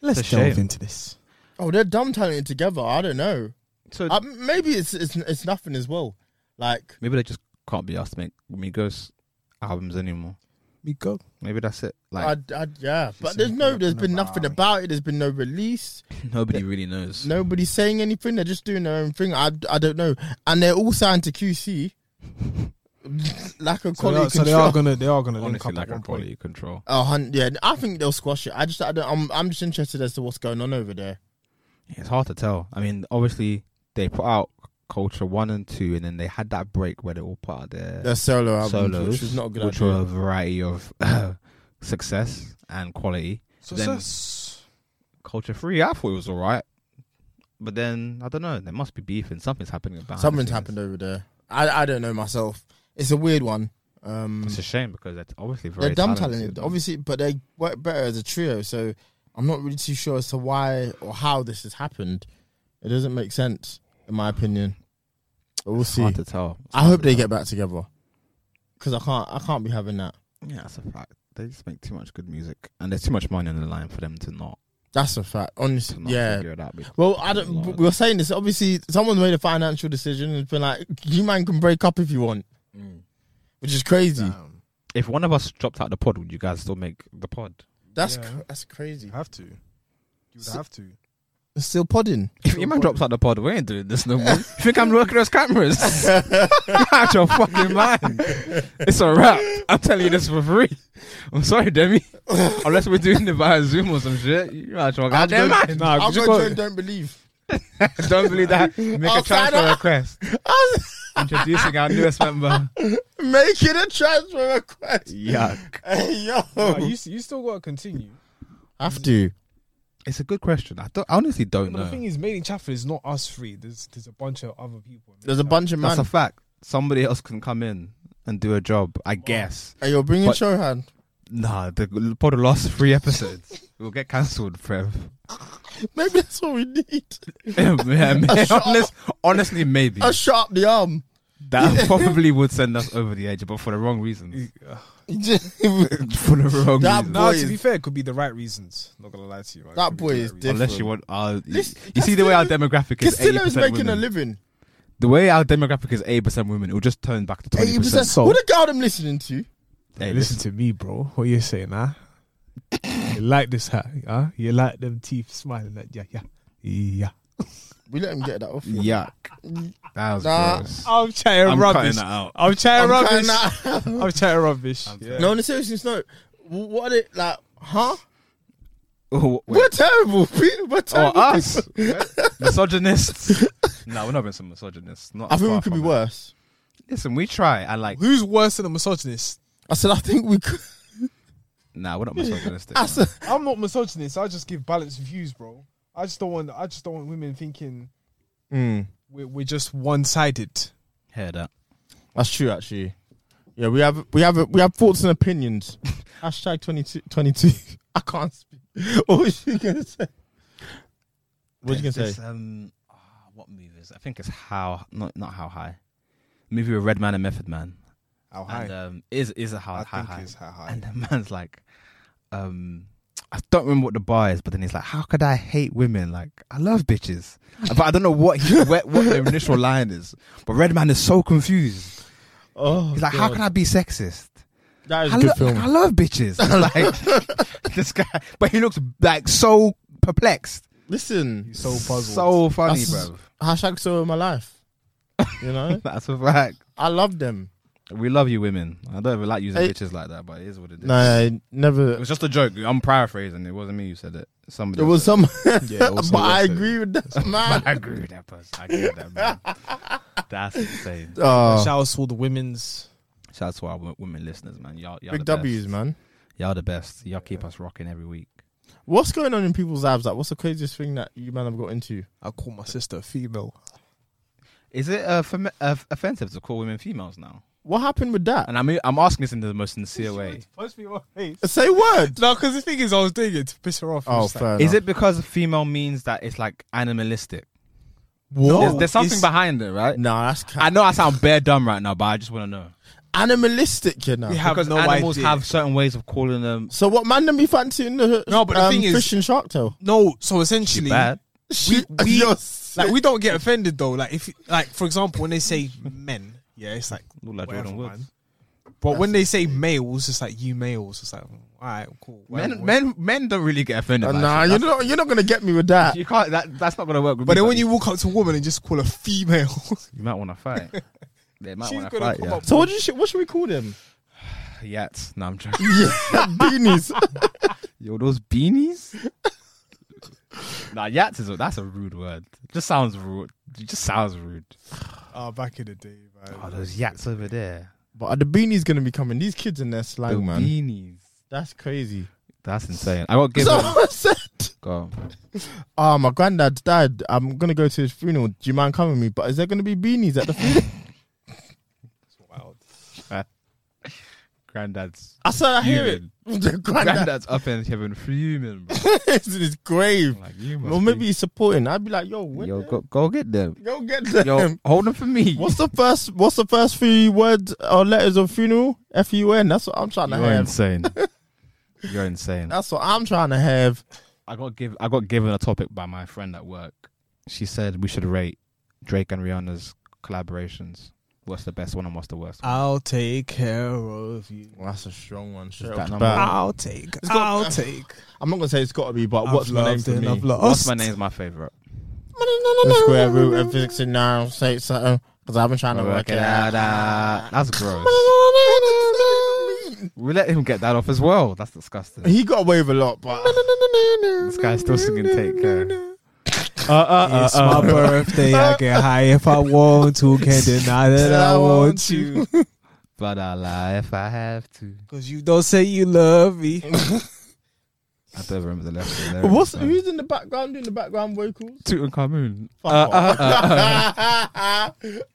Speaker 2: let's delve
Speaker 5: into this.
Speaker 3: Oh, they're dumb talented together. I don't know.
Speaker 2: So
Speaker 3: Uh, maybe it's it's it's nothing as well. Like
Speaker 2: maybe they just can't be asked to make Migos albums anymore.
Speaker 5: Me go.
Speaker 2: Maybe that's it. Like
Speaker 3: I, I, yeah, but there's no there's been nothing about it. There's been no release.
Speaker 2: nobody really knows.
Speaker 3: Nobody's saying anything. They're just doing their own thing. I, I don't know. And they're all signed to QC. Lack of
Speaker 5: So they,
Speaker 3: quality
Speaker 5: are, so they
Speaker 3: control.
Speaker 5: are gonna they are gonna link
Speaker 2: Honestly,
Speaker 5: up
Speaker 2: like
Speaker 5: at one
Speaker 2: on
Speaker 5: point.
Speaker 2: quality control.
Speaker 3: Oh, hun- yeah. I think they'll squash it. I just I don't. I'm I'm just interested as to what's going on over there.
Speaker 2: It's hard to tell. I mean, obviously they put out Culture One and Two, and then they had that break where they all put out their,
Speaker 3: Their solo albums,
Speaker 2: solos,
Speaker 3: which is not a good
Speaker 2: which
Speaker 3: idea.
Speaker 2: were a variety of success and quality.
Speaker 5: So
Speaker 2: then
Speaker 5: that's-
Speaker 2: Culture Three, I thought it was alright, but then I don't know. There must be beef and something's happening. Behind the
Speaker 3: Something's
Speaker 2: scenes.
Speaker 3: happened over there. I I don't know myself. It's a weird one. Um,
Speaker 2: It's a shame because that's obviously very
Speaker 3: they're dumb
Speaker 2: talented.
Speaker 3: talented, obviously, but they work better as a trio. So I'm not really too sure as to why or how this has happened. It doesn't make sense, in my opinion. But we'll
Speaker 2: It's
Speaker 3: see.
Speaker 2: hard to tell. It's
Speaker 3: I
Speaker 2: hard
Speaker 3: hope
Speaker 2: to
Speaker 3: they
Speaker 2: tell.
Speaker 3: get back together because I can't. I can't be having that.
Speaker 2: Yeah, that's a fact. They just make too much good music, and there's too much money on the line for them to not.
Speaker 3: That's a fact. Honestly,
Speaker 2: To not
Speaker 3: yeah.
Speaker 2: figure it out. because-
Speaker 3: Well, I don't. We were saying this. Obviously, someone's made a financial decision and been like, "You man can break up if you want," which is crazy.
Speaker 5: Damn.
Speaker 2: If one of us dropped out the pod, would you guys still make the pod?
Speaker 3: That's
Speaker 5: Yeah.
Speaker 3: cr- that's crazy.
Speaker 5: You have to. You would have to.
Speaker 3: It's still podding.
Speaker 2: If your man drops out the pod, we ain't doing this no more. you think I'm working those cameras? You're out your fucking mind. It's a wrap. I'm telling you this for free. I'm sorry, Demi. Unless we're doing it via Zoom or some shit. You're out your goddamn mind. Nah,
Speaker 3: I'll
Speaker 2: just
Speaker 3: go
Speaker 2: go-
Speaker 3: join Don't Believe.
Speaker 2: don't believe that. Make a
Speaker 3: I'll sign
Speaker 2: transfer
Speaker 3: up.
Speaker 2: request.
Speaker 3: I was-
Speaker 2: Introducing our newest member.
Speaker 3: Make it a transfer request.
Speaker 2: Yuck.
Speaker 3: Hey, yo.
Speaker 5: Nah, you, s- you still got to continue.
Speaker 3: have to.
Speaker 2: It's a good question. I, don't, I honestly don't
Speaker 5: But the thing
Speaker 2: know.
Speaker 5: is, Made in Chafford is not us three. There's there's a bunch of other people.
Speaker 3: There's a bunch of
Speaker 2: That's
Speaker 3: man.
Speaker 2: a fact. Somebody else can come in and do a job, I guess.
Speaker 3: hey, yo, bring in
Speaker 2: But-
Speaker 3: Shohan.
Speaker 2: Nah, the for the last three episodes, we'll get cancelled, Trev.
Speaker 3: Maybe that's what we need.
Speaker 2: yeah, man,
Speaker 3: shot.
Speaker 2: honest, honestly, maybe
Speaker 3: A sharp the arm.
Speaker 2: that probably would send us over the edge, but for the wrong reasons.
Speaker 3: that
Speaker 2: for the wrong
Speaker 3: That
Speaker 2: reasons.
Speaker 3: boy
Speaker 5: No,
Speaker 3: is-
Speaker 5: to be fair, it could be the right reasons. Not gonna lie to you. Right?
Speaker 3: That
Speaker 5: Could be
Speaker 3: boy
Speaker 5: the
Speaker 3: is
Speaker 5: reasons.
Speaker 3: different.
Speaker 2: Unless you want our, you,
Speaker 3: Listen,
Speaker 2: you see the way our
Speaker 3: Castillo-
Speaker 2: demographic is.
Speaker 3: Castillo
Speaker 2: 80%
Speaker 3: is making
Speaker 2: women.
Speaker 3: a living.
Speaker 2: The way our demographic is eighty percent women, it will just turn back to twenty
Speaker 3: Eighty percent.
Speaker 2: percent.
Speaker 5: So-
Speaker 3: What the girl them listening to?
Speaker 2: Hey,
Speaker 5: listen
Speaker 2: listen,
Speaker 5: to me, bro. What you saying, huh? you like this hat, huh? You like them teeth smiling at yeah, yeah, yeah.
Speaker 3: We let him get that off. you.
Speaker 2: yuck. That was
Speaker 3: Nah.
Speaker 2: gross.
Speaker 5: I'm chatting
Speaker 2: I'm
Speaker 5: rubbish.
Speaker 2: cutting that out.
Speaker 5: I'm chatting
Speaker 3: I'm
Speaker 5: rubbish.
Speaker 3: kinda-
Speaker 5: I'm chatting rubbish. Yeah.
Speaker 3: No, on the seriousness note, w- what are they like? Huh?
Speaker 2: Oh, wait.
Speaker 3: We're terrible. pe- We're
Speaker 2: Oh,
Speaker 3: terrible.
Speaker 2: us
Speaker 3: people.
Speaker 2: misogynists? no, we're not being some misogynists. Not
Speaker 3: I think
Speaker 2: far
Speaker 3: we could be
Speaker 2: from it.
Speaker 3: worse.
Speaker 2: Listen, we try. I like.
Speaker 5: Who's worse than a misogynist?
Speaker 3: I said I think we could.
Speaker 2: Nah, we're not misogynistic.
Speaker 3: I said,
Speaker 5: I'm not misogynist. I just give balanced views, bro. I just don't want. I just don't want women thinking
Speaker 3: Mm.
Speaker 5: we're we're just one sided.
Speaker 2: Hear that?
Speaker 3: That's true, actually. Yeah, we have we have we have thoughts and opinions. Hashtag 22, 22. I can't speak. What was you gonna say? What was you
Speaker 2: There's
Speaker 3: gonna
Speaker 2: this,
Speaker 3: say?
Speaker 2: Um, ah, what movie is? it? I think it's How not not How High. Movie with Red Man and Method Man.
Speaker 5: How
Speaker 2: And um, is is a how
Speaker 5: I
Speaker 2: high
Speaker 5: think
Speaker 2: high.
Speaker 5: it's How High.
Speaker 2: And the man's like, um, I don't remember what the bar is, but then he's like, how could I hate women? Like I love bitches, but I don't know what he, where, what the initial line is. But Red Man is so confused.
Speaker 3: Oh,
Speaker 2: He's like, how can I be sexist?
Speaker 3: That is
Speaker 2: I,
Speaker 3: a good
Speaker 2: lo-
Speaker 3: film.
Speaker 2: I love bitches. like this guy, but he looks like so perplexed,
Speaker 3: Listen,
Speaker 5: so puzzled.
Speaker 2: so funny,
Speaker 3: That's-
Speaker 2: bro.
Speaker 3: hashtag so in my life. You know,
Speaker 2: That's a fact.
Speaker 3: I love them.
Speaker 2: We love you, women. I don't ever like using
Speaker 3: Hey.
Speaker 2: bitches like that, but it is what it is.
Speaker 3: Nah, I
Speaker 2: It
Speaker 3: never.
Speaker 2: was just a joke. I'm paraphrasing. It wasn't me who said it. Somebody.
Speaker 3: It was
Speaker 2: said
Speaker 3: some,
Speaker 5: Yeah, it was
Speaker 3: but
Speaker 5: someone
Speaker 3: I
Speaker 5: said
Speaker 3: agree with that
Speaker 2: it. I
Speaker 3: man.
Speaker 2: agree with that person. I agree with that man. That's insane.
Speaker 3: Oh,
Speaker 5: Shout out to all the women's.
Speaker 2: Shout out to our wo- women listeners, man. Y'all, y'all
Speaker 3: big
Speaker 2: the best.
Speaker 3: W's, man.
Speaker 2: Y'all the best. Y'all keep us rocking every week.
Speaker 3: What's going on in people's lives? Like, what's the craziest thing that you man have got into?
Speaker 5: I call my sister a female.
Speaker 2: Is it uh, fem- uh, offensive to call women females now?
Speaker 3: What happened with that?
Speaker 2: And I mean, I'm asking this in the most sincere way.
Speaker 5: Punch me in my face.
Speaker 3: Say word.
Speaker 5: No, because the thing is, I was doing it to piss her off.
Speaker 3: Oh,
Speaker 5: It's like-
Speaker 3: fair
Speaker 2: Is
Speaker 3: enough.
Speaker 2: it because female means that it's like animalistic?
Speaker 5: Whoa.
Speaker 2: There's, there's something
Speaker 5: It's-
Speaker 2: behind it, right?
Speaker 3: Nah, that's ca-
Speaker 2: I know I sound bare dumb right now, but I just want to know.
Speaker 3: animalistic, you know.
Speaker 5: We have
Speaker 2: because
Speaker 5: no
Speaker 2: animals
Speaker 5: idea.
Speaker 2: have certain ways of calling them.
Speaker 3: So what man them be fancying the
Speaker 5: No, but the
Speaker 3: um,
Speaker 5: thing is-
Speaker 3: fish and shark tail?
Speaker 5: no. So essentially,
Speaker 2: Bad.
Speaker 5: we, we
Speaker 3: You're
Speaker 5: like
Speaker 3: sick.
Speaker 5: we don't get offended though. Like if like for example, when they say men, yeah, it's like
Speaker 2: Look like
Speaker 5: whatever,
Speaker 2: Jordan Woods.
Speaker 5: man. But when they say males, it's like you males. It's like all right, cool. whatever.
Speaker 2: Men, men, men don't really get offended.
Speaker 3: Uh,
Speaker 2: by
Speaker 3: nah,
Speaker 2: shit.
Speaker 3: you're not you're not gonna get me with that.
Speaker 2: You can't. That, that's not gonna work. With
Speaker 5: But
Speaker 2: me,
Speaker 5: then when
Speaker 2: buddy.
Speaker 5: you walk up to a woman and just call her female,
Speaker 2: you might want to fight. They might
Speaker 5: She's
Speaker 2: want to
Speaker 5: gonna
Speaker 2: fight.
Speaker 5: come
Speaker 2: Yeah.
Speaker 5: up-
Speaker 3: So what do you sh- what should we call them?
Speaker 2: Yats. No, I'm joking.
Speaker 3: Beanies.
Speaker 2: Yo, those beanies. nah, yats is a, that's a rude word. Just sounds rude. It just sounds rude.
Speaker 5: oh, back in the day, man.
Speaker 2: Oh, those yats over there. Oh,
Speaker 3: but are the beanies gonna be coming? These kids in their
Speaker 2: The
Speaker 3: slang, man.
Speaker 2: beanies.
Speaker 3: That's crazy.
Speaker 2: That's insane. I got given.
Speaker 3: Someone said,
Speaker 2: Go. on.
Speaker 3: "Oh, my granddad's died. I'm gonna go to his funeral. Do you mind coming with me? But is there gonna be beanies at the funeral?"
Speaker 5: Wild.
Speaker 2: Granddad's.
Speaker 3: I said, "I hear
Speaker 2: Fuming.
Speaker 3: it." The granddad
Speaker 2: Granddad's up in heaven fuming. Bro.
Speaker 3: is in his grave.
Speaker 2: Like you must.
Speaker 3: Or maybe
Speaker 2: be-
Speaker 3: he's supporting. I'd Oh, be like, "Yo, what
Speaker 2: Yo,
Speaker 3: the-
Speaker 2: go, go get them.
Speaker 3: go get them."
Speaker 2: Yo, hold them for me.
Speaker 3: What's the first? What's the first three words or letters of funeral? F U N. That's what I'm trying to
Speaker 2: You're
Speaker 3: have.
Speaker 2: insane. You're insane.
Speaker 3: That's what I'm trying to have.
Speaker 2: I got give I got given a topic by my friend at work. She said we should rate Drake and Rihanna's collaborations. What's the best one and what's the worst? one?
Speaker 5: I'll take care of you.
Speaker 3: that's a strong one.
Speaker 2: Is that number one?
Speaker 5: I'll take. I'll take.
Speaker 3: I'm not gonna say it's got to be, but
Speaker 5: I've
Speaker 3: what's my name
Speaker 5: loved
Speaker 3: for
Speaker 5: and
Speaker 3: me?
Speaker 5: I've lost.
Speaker 2: What's my name's my favorite.
Speaker 3: The square root of six and nine. Say something because I've been trying to work it out.
Speaker 2: That's gross. We let him get that off as well. That's disgusting.
Speaker 3: He got away with a lot, but
Speaker 2: This guy's still singing "Take Care."
Speaker 3: Uh,
Speaker 5: It's my birthday. I get high if I want to. Can't deny that I want to.
Speaker 2: But I'll lie if I have to.
Speaker 5: Cause you don't say you love me.
Speaker 2: I don't remember the left. lyrics,
Speaker 3: What's
Speaker 2: man.
Speaker 3: who's in the background doing the background vocals?
Speaker 2: Tutankhamun?
Speaker 3: Fuck off. uh,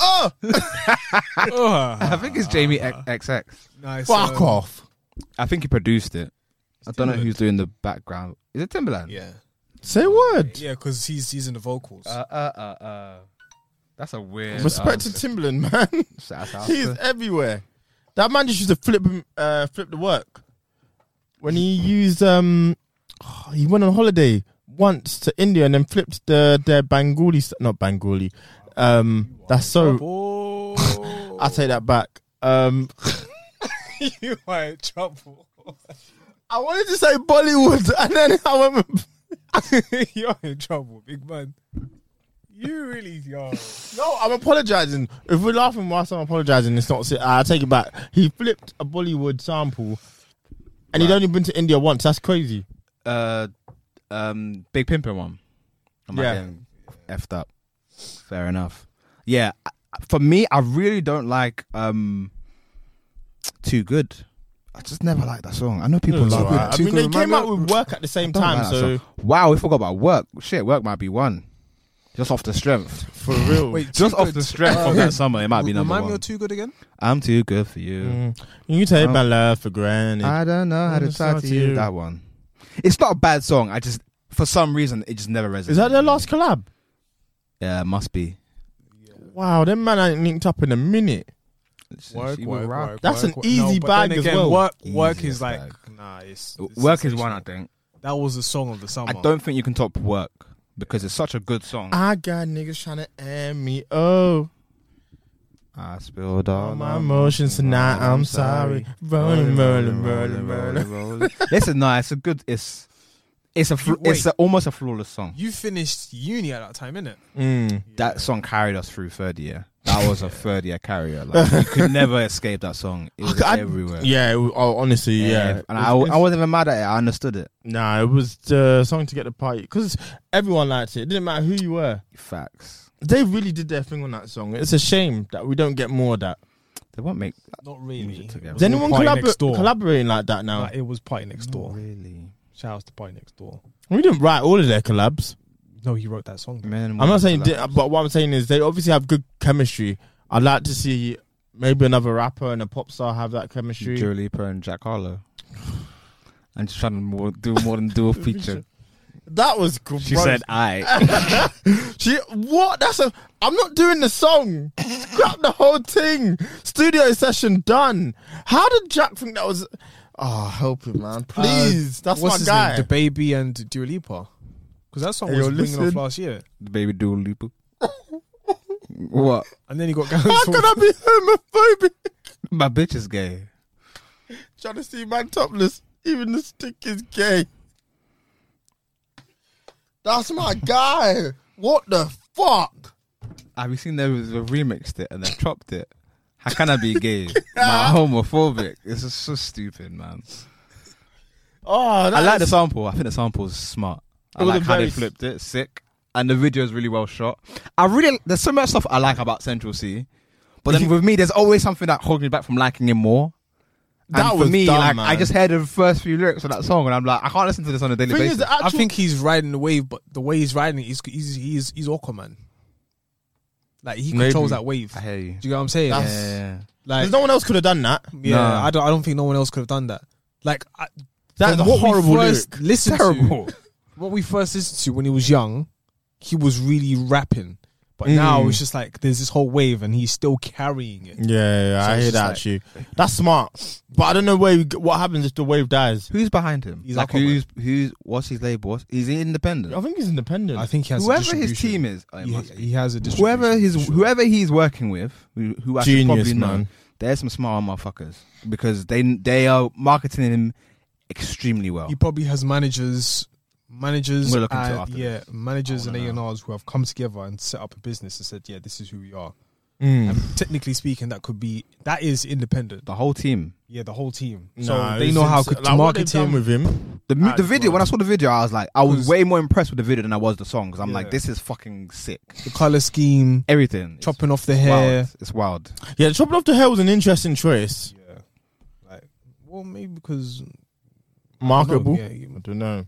Speaker 2: I think it's Jamie X- XX.
Speaker 5: Nice.
Speaker 3: Fuck off.
Speaker 2: I think he produced it. I don't know who's doing the background. Is it Timberland?
Speaker 5: Yeah.
Speaker 3: Say word.
Speaker 5: Yeah, because he's he's in the vocals.
Speaker 2: Uh, uh, uh, uh. That's a weird. um,
Speaker 3: Respect to Timberland, man. He's
Speaker 2: Timberland.
Speaker 3: everywhere. That man just used to flip him- uh, flip the work. When he used um he went on holiday once to India and then flipped the their Bengali st- not Bengali. Um that's so
Speaker 5: oh,
Speaker 3: I take that back. Um
Speaker 5: you are in trouble.
Speaker 3: I wanted to say Bollywood and then I went with-
Speaker 5: You're in trouble, big man. You really are.
Speaker 3: No, I'm apologizing. If we're laughing whilst I'm apologizing, it's not. I take it back. He flipped a Bollywood sample, and he'd only been to India once. That's crazy.
Speaker 2: Uh, um, Big Pimpin' one. Am I
Speaker 3: Yeah.
Speaker 2: getting effed up? Fair enough. Yeah. I- For me, I really don't like um, Too Good. I just never like that song. I know people love it.
Speaker 3: I
Speaker 5: Too
Speaker 3: mean,
Speaker 5: good,
Speaker 3: they came
Speaker 5: remember?
Speaker 3: out with work at the same
Speaker 2: Don't
Speaker 3: time,
Speaker 2: like that
Speaker 3: so
Speaker 2: song. wow, we forgot about work. Shit, work might be one. Just off the strength.
Speaker 3: for real.
Speaker 5: Wait,
Speaker 2: Just
Speaker 5: Too
Speaker 2: off
Speaker 5: Good.
Speaker 2: the strength of that summer, it might be number
Speaker 5: Remind me
Speaker 2: one.
Speaker 5: of Too Good again?
Speaker 2: I'm too good for you.
Speaker 3: Mm. you take my love for granted.
Speaker 2: I don't know how
Speaker 3: I'm
Speaker 2: to talk to you. That one. It's not a bad song. I just, for some reason, it just never resonates.
Speaker 3: Is that their last collab?
Speaker 2: Yeah, it must be.
Speaker 3: Wow, them man ain't linked up in a minute.
Speaker 2: It's-
Speaker 5: Work,
Speaker 2: it's-
Speaker 5: work, work,
Speaker 3: That's an
Speaker 5: work, work.
Speaker 3: easy
Speaker 5: but then
Speaker 3: bag as
Speaker 5: again,
Speaker 3: well.
Speaker 5: Work, work
Speaker 2: Easy
Speaker 5: is like
Speaker 2: bag.
Speaker 5: nah. It's, it's
Speaker 2: Work is one, I
Speaker 5: sensational.
Speaker 2: think.
Speaker 5: That was the song of the summer.
Speaker 2: I don't think you can top work because it's such a good song.
Speaker 3: I got niggas trying to end me. Oh,
Speaker 2: I spilled
Speaker 3: all my emotions
Speaker 2: Oh,
Speaker 3: tonight. I'm sorry. Rolling, rolling, rolling, rolling.
Speaker 2: rolling. Listen, no, it's a good. It's it's a fl-
Speaker 5: Wait.
Speaker 2: it's a, almost a flawless song.
Speaker 5: You finished uni at that time, innit?
Speaker 3: Mm.
Speaker 2: That song carried us through third year. That was a third year carrier. Like, you could never escape that song. It was
Speaker 3: I-
Speaker 2: everywhere.
Speaker 3: Yeah, it was- oh, honestly, yeah.
Speaker 2: And
Speaker 3: It's-
Speaker 2: I,
Speaker 3: it's-
Speaker 2: I wasn't even mad at it. I understood it.
Speaker 3: Nah, it was the song to get the party because everyone liked it. It didn't matter who you were.
Speaker 2: Facts.
Speaker 3: They really did their thing on that song. It's a shame that we don't get more of that.
Speaker 2: They won't make
Speaker 5: Not really.
Speaker 2: together.
Speaker 5: It
Speaker 3: Is
Speaker 5: was
Speaker 3: anyone
Speaker 5: Party
Speaker 3: collabor-
Speaker 5: Next Door.
Speaker 3: collaborating like that now?
Speaker 5: Nah, it was Party Next Door.
Speaker 2: really.
Speaker 5: Shout out to Party Next Door.
Speaker 3: we didn't write all of their collabs.
Speaker 5: No, he wrote that song. though.
Speaker 2: Man,
Speaker 3: I'm not saying, did, but what I'm saying is they obviously have good chemistry. I'd like to see maybe another rapper and a pop star have that chemistry.
Speaker 2: Dua Lipa and Jack Harlow. I'm just trying to more, do more than do a feature.
Speaker 3: That was good.
Speaker 2: She
Speaker 3: bro.
Speaker 2: said, "I."
Speaker 3: She what? That's a. I'm not doing the song. Scrap the whole thing. Studio session done. How did Jack think that was? Oh, help him, man, please. that's
Speaker 5: What's
Speaker 3: my
Speaker 5: his
Speaker 3: guy.
Speaker 5: Name? The baby and Dua Lipa. Because that song
Speaker 3: Hey,
Speaker 5: was
Speaker 3: yo,
Speaker 5: ringing
Speaker 3: listen.
Speaker 5: off last year,
Speaker 2: The baby Dua Lipa. what?
Speaker 5: and then he got
Speaker 3: How can
Speaker 5: cancelled.
Speaker 3: I be homophobic?
Speaker 2: My bitch is gay.
Speaker 3: Trying to see man topless. Even the stick is gay. That's my guy. What the fuck?
Speaker 2: Have you seen they remixed it and they chopped it? How can I be gay? My homophobic. This is so stupid, man.
Speaker 3: Oh,
Speaker 2: I
Speaker 3: that
Speaker 2: like
Speaker 3: is-
Speaker 2: the sample. I think the sample's smart. I
Speaker 3: It was
Speaker 2: like
Speaker 3: a
Speaker 2: how they
Speaker 3: very-
Speaker 2: flipped it. Sick. And the video's really well shot. I really there's so much stuff I like about Central C. But then with me, there's always something that holds me back from liking him more. And
Speaker 3: That
Speaker 2: for
Speaker 3: was
Speaker 2: me,
Speaker 3: dumb,
Speaker 2: like I
Speaker 3: man.
Speaker 2: just heard the first few lyrics of that song, and I'm like, I can't listen to this on a daily
Speaker 3: thing is
Speaker 2: basis.
Speaker 3: the actual.
Speaker 5: I think he's riding the wave, but the way he's riding it, he's he's he's, he's Aquaman. Like he controls
Speaker 3: Maybe.
Speaker 5: that wave.
Speaker 2: I hear you.
Speaker 5: Do you get what I'm saying?
Speaker 3: That's-
Speaker 2: Yeah.
Speaker 5: Like
Speaker 3: There's no one else could have done that.
Speaker 5: Yeah,
Speaker 2: Nah.
Speaker 5: I don't. I don't think no one else could have done that. Like I,
Speaker 3: That's
Speaker 5: from
Speaker 3: a
Speaker 5: what
Speaker 3: horrible
Speaker 5: we first
Speaker 3: lyric.
Speaker 5: listened
Speaker 2: Terrible.
Speaker 5: to, what we first listened to when he was young, he was really rapping. But
Speaker 3: Mm.
Speaker 2: Mm.
Speaker 5: now it's just like there's this whole wave, and he's still carrying it.
Speaker 3: Yeah, yeah,
Speaker 5: So it's
Speaker 3: I
Speaker 5: just
Speaker 3: hear that
Speaker 5: like-
Speaker 3: you. That's smart, but I don't know where you, g- what happens if the wave dies.
Speaker 2: Who's behind him?
Speaker 5: He's
Speaker 2: like
Speaker 5: Aquaman.
Speaker 2: who's who's what's his label? What's, he's independent.
Speaker 3: I think he's independent.
Speaker 5: I think he has a
Speaker 2: Whoever his
Speaker 5: distribution.
Speaker 2: team is, oh, it
Speaker 5: he,
Speaker 2: must be.
Speaker 5: he has a distribution.
Speaker 2: whoever his
Speaker 5: for sure.
Speaker 2: whoever he's working with, who, who I should
Speaker 3: Genius,
Speaker 2: probably know,
Speaker 3: man.
Speaker 2: there's some smart motherfuckers because they they are marketing him extremely well.
Speaker 5: he probably has managers, managers,
Speaker 2: We'll look into it
Speaker 5: and-
Speaker 2: after
Speaker 5: yeah,
Speaker 2: this.
Speaker 5: managers and A and R's who have come together and set up a business and said, yeah, this is who we are.
Speaker 3: Hmm.
Speaker 5: And technically speaking, that could be that is independent.
Speaker 2: the whole team.
Speaker 5: Yeah, the whole team.
Speaker 3: Nah,
Speaker 5: so they
Speaker 3: it's
Speaker 5: know how
Speaker 3: ins-
Speaker 5: could to
Speaker 3: like, what they've
Speaker 5: market
Speaker 3: done
Speaker 5: him.
Speaker 3: with him.
Speaker 2: The, mu- the video when I saw the video, I was like, I was
Speaker 5: 'Cause-
Speaker 2: way more impressed with the video than I was the song because I'm like,
Speaker 5: Yeah.
Speaker 2: this is fucking sick.
Speaker 5: the color scheme,
Speaker 2: Everything It's
Speaker 5: chopping off the
Speaker 2: wild.
Speaker 5: hair.
Speaker 2: It's wild.
Speaker 3: Yeah, chopping off the hair was an interesting choice.
Speaker 5: Yeah, like well, maybe because
Speaker 3: Marketable.
Speaker 5: yeah, you-
Speaker 3: I don't know.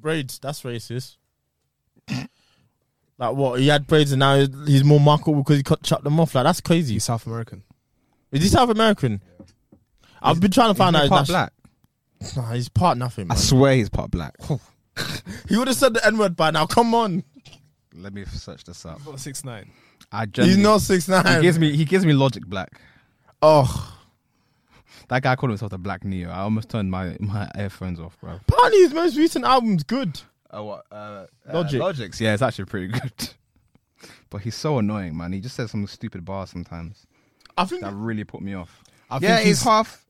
Speaker 3: Braids. That's racist. like what? He had braids and now he's- he's more marketable because he cut chopped them off. Like that's crazy.
Speaker 5: he's South American.
Speaker 3: Is he South American? I've been trying to find
Speaker 2: Isn't
Speaker 3: out.
Speaker 2: he part
Speaker 3: his nation-
Speaker 2: black.
Speaker 3: Nah, he's part nothing.
Speaker 2: I
Speaker 3: man.
Speaker 2: swear he's part black.
Speaker 3: He would have said the N word by now. Come on.
Speaker 2: Let me search this up.
Speaker 5: Six nine.
Speaker 2: I
Speaker 3: He's
Speaker 2: genuinely-
Speaker 3: not six nine.
Speaker 2: He gives me he gives me logic black.
Speaker 3: Oh,
Speaker 2: That guy called himself the Black Neo. I almost turned my my earphones off, bro.
Speaker 3: apparently his most recent album's good.
Speaker 2: Oh, what? Uh,
Speaker 3: Logic.
Speaker 2: Uh, Logics, yeah, it's actually pretty good. but he's so annoying, man. He just says some stupid bars sometimes
Speaker 3: I think.
Speaker 2: that really put me off.
Speaker 5: I
Speaker 2: yeah,
Speaker 5: think
Speaker 2: he's,
Speaker 5: he's-
Speaker 2: half.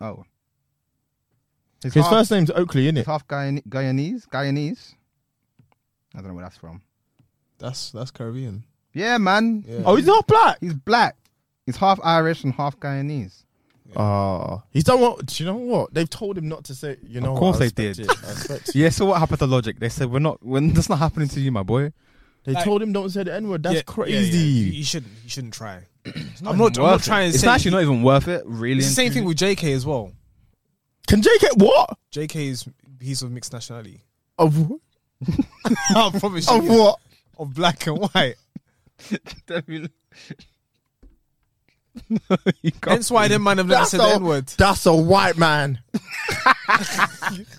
Speaker 2: Oh, he's
Speaker 3: His
Speaker 2: half,
Speaker 3: first name's Oakley, isn't
Speaker 2: he's
Speaker 3: it?
Speaker 2: half Guyan- Guyanese. Guyanese. I don't know where that's from.
Speaker 5: That's that's Caribbean.
Speaker 2: Yeah, man.
Speaker 5: Yeah.
Speaker 3: Oh, he's not black.
Speaker 2: He's black. He's half Irish and half Guyanese. Ah.
Speaker 3: Oh, he's done what? Do you know what? They've told him not to say. You know,
Speaker 2: Of
Speaker 3: what,
Speaker 2: course
Speaker 3: I
Speaker 2: they
Speaker 3: respect
Speaker 2: did.
Speaker 3: it, I respect it.
Speaker 2: Yeah. So what happened to Logic? They said we're not. When that's not happening to you, my boy.
Speaker 3: They told him don't say the N word. That's
Speaker 5: Yeah, yeah,
Speaker 3: crazy.
Speaker 5: yeah. He, he shouldn't. He shouldn't try. I'm not. I'm
Speaker 2: Worth
Speaker 5: not
Speaker 2: it.
Speaker 5: trying to
Speaker 2: It's
Speaker 5: say.
Speaker 2: actually not even worth it. Really.
Speaker 5: it's the
Speaker 2: and
Speaker 5: same
Speaker 2: truly.
Speaker 5: thing with JK as well.
Speaker 3: Can JK what?
Speaker 5: JK is he's of mixed nationality.
Speaker 3: Of wh-
Speaker 2: Oh,
Speaker 5: I promise you.
Speaker 3: of what?
Speaker 5: Of black and white.
Speaker 2: Definitely. you can't.
Speaker 5: Hence why them man have never said the N word.
Speaker 3: That's a white man.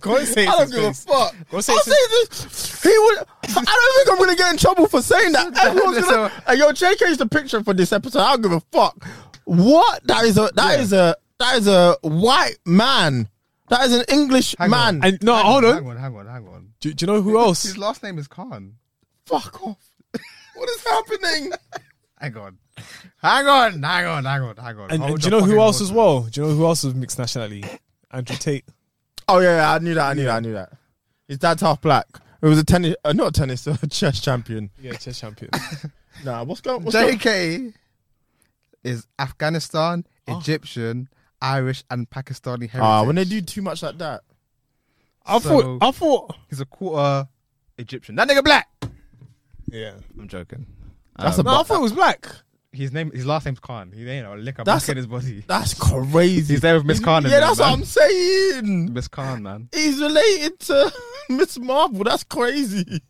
Speaker 5: Go and say it.
Speaker 3: I don't
Speaker 5: to
Speaker 3: give a
Speaker 5: his face.
Speaker 3: fuck.
Speaker 5: Go
Speaker 3: I'll
Speaker 5: say
Speaker 3: say
Speaker 5: it to-
Speaker 3: this. He would. I don't think I'm gonna get in trouble for saying that. Everyone's
Speaker 2: That's
Speaker 3: gonna. Hey, yo, JK's the picture for this episode. I don't give a fuck. What? That is a. That is a. That is a white man. That is an English
Speaker 2: Hang
Speaker 3: man.
Speaker 2: on.
Speaker 5: And no, hold
Speaker 2: Hang
Speaker 5: on.
Speaker 2: on, hang on, hang on.
Speaker 5: Do, do you know who else?
Speaker 2: His last name is Khan.
Speaker 3: fuck off. What is happening?
Speaker 2: Hang on. Hang on, hang on, hang on, hang on.
Speaker 5: And,
Speaker 2: Hold
Speaker 5: and do
Speaker 2: your
Speaker 5: you know who
Speaker 2: fucking
Speaker 5: else as
Speaker 2: horses.
Speaker 5: well? Do you know who else is mixed nationality? Andrew Tate.
Speaker 3: Oh yeah, yeah, I knew that. I knew that. I knew that. His dad's half black. It was a tennis, uh, not a tennis, a chess champion.
Speaker 5: Yeah, chess champion.
Speaker 3: Nah, what's going? What's going?
Speaker 2: JK is Afghanistan, Egyptian, Irish, and Pakistani heritage.
Speaker 3: Ah, when they do too much like that,
Speaker 5: I
Speaker 2: So-
Speaker 5: thought. I thought.
Speaker 2: He's a quarter Egyptian. That nigga black!
Speaker 5: Yeah.
Speaker 2: I'm joking. Ah, Um,
Speaker 3: that's a.
Speaker 5: No, I thought it was black.
Speaker 2: His name, his last name's Khan. He ain't a lick of
Speaker 3: That's-
Speaker 2: black in his body.
Speaker 3: that's crazy.
Speaker 2: He's there with Miss Khan. in
Speaker 3: Yeah,
Speaker 2: there,
Speaker 3: that's
Speaker 2: man.
Speaker 3: what I'm saying.
Speaker 2: Miss Khan, man.
Speaker 3: He's related to Miss Marvel. That's crazy.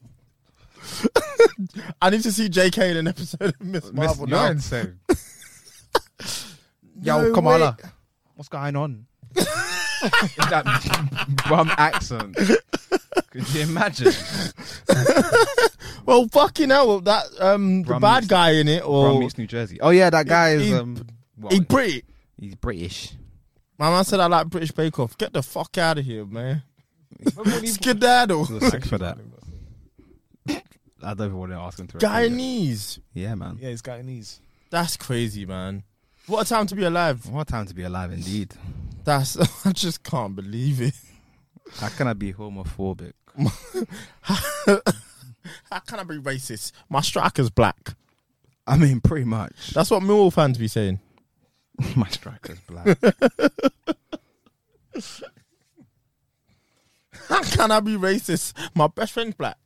Speaker 3: I need to see JK in an episode of Miss
Speaker 2: Miss,
Speaker 3: Marvel
Speaker 2: you're
Speaker 3: now.
Speaker 2: insane. Yo,
Speaker 3: No
Speaker 2: Kamala,
Speaker 3: way.
Speaker 2: what's going on? In that bum accent. Could you imagine?
Speaker 3: Well, fucking hell, that um, the
Speaker 2: Brum
Speaker 3: bad
Speaker 2: meets-
Speaker 3: guy in it
Speaker 2: From
Speaker 3: or
Speaker 2: East New Jersey. Oh yeah, that guy is
Speaker 3: he-
Speaker 2: um. well,
Speaker 3: he pretty.
Speaker 2: he's British.
Speaker 3: My man said I like British Bake Off. Get the fuck out of here, man. Skedaddle.
Speaker 2: Thanks for that. I don't even want to ask him to. repeat it.
Speaker 3: Guyanese.
Speaker 2: Yeah, man.
Speaker 5: Yeah, he's Guyanese.
Speaker 3: That's crazy, man. What a time to be alive.
Speaker 2: What a time to be alive, indeed.
Speaker 3: That's I just can't believe it.
Speaker 2: How can I be homophobic?
Speaker 3: How can I be racist? My striker's black.
Speaker 2: I mean, pretty much.
Speaker 3: That's what Millwall fans be saying.
Speaker 2: My striker's black.
Speaker 3: How can I be racist? My best friend's black.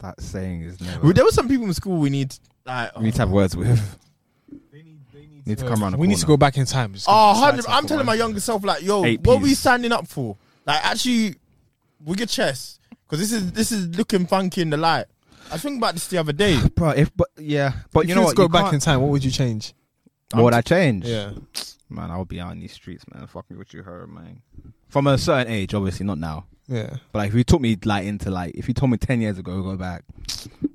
Speaker 2: that saying is never.
Speaker 3: Well, there were some people in school we need like
Speaker 2: we need to have words with. Need to come around. the
Speaker 5: We need to
Speaker 2: corner.
Speaker 5: go back in time. Just
Speaker 3: Oh,
Speaker 5: just try
Speaker 3: 100
Speaker 5: to
Speaker 3: I'm
Speaker 5: talk
Speaker 3: telling
Speaker 5: about
Speaker 3: my
Speaker 5: it.
Speaker 3: younger self, like, yo,
Speaker 2: Eight
Speaker 3: what we
Speaker 2: Ps.
Speaker 3: standing up for? Like, actually, wig your chest, because this is this is looking funky in the light. I was thinking about this the other day.
Speaker 2: bro. If but yeah, but
Speaker 5: If
Speaker 2: you know
Speaker 5: could
Speaker 2: what?
Speaker 5: Go
Speaker 2: you
Speaker 5: back
Speaker 2: can't-
Speaker 5: in time. What would you change?
Speaker 2: What would I change?
Speaker 5: Yeah.
Speaker 2: man, I'll be out in these streets, man. Fuck me with you, her, man. From a certain age, obviously, not now.
Speaker 6: Yeah.
Speaker 2: But like, if you took me like into like, if you told me ten years ago, go back,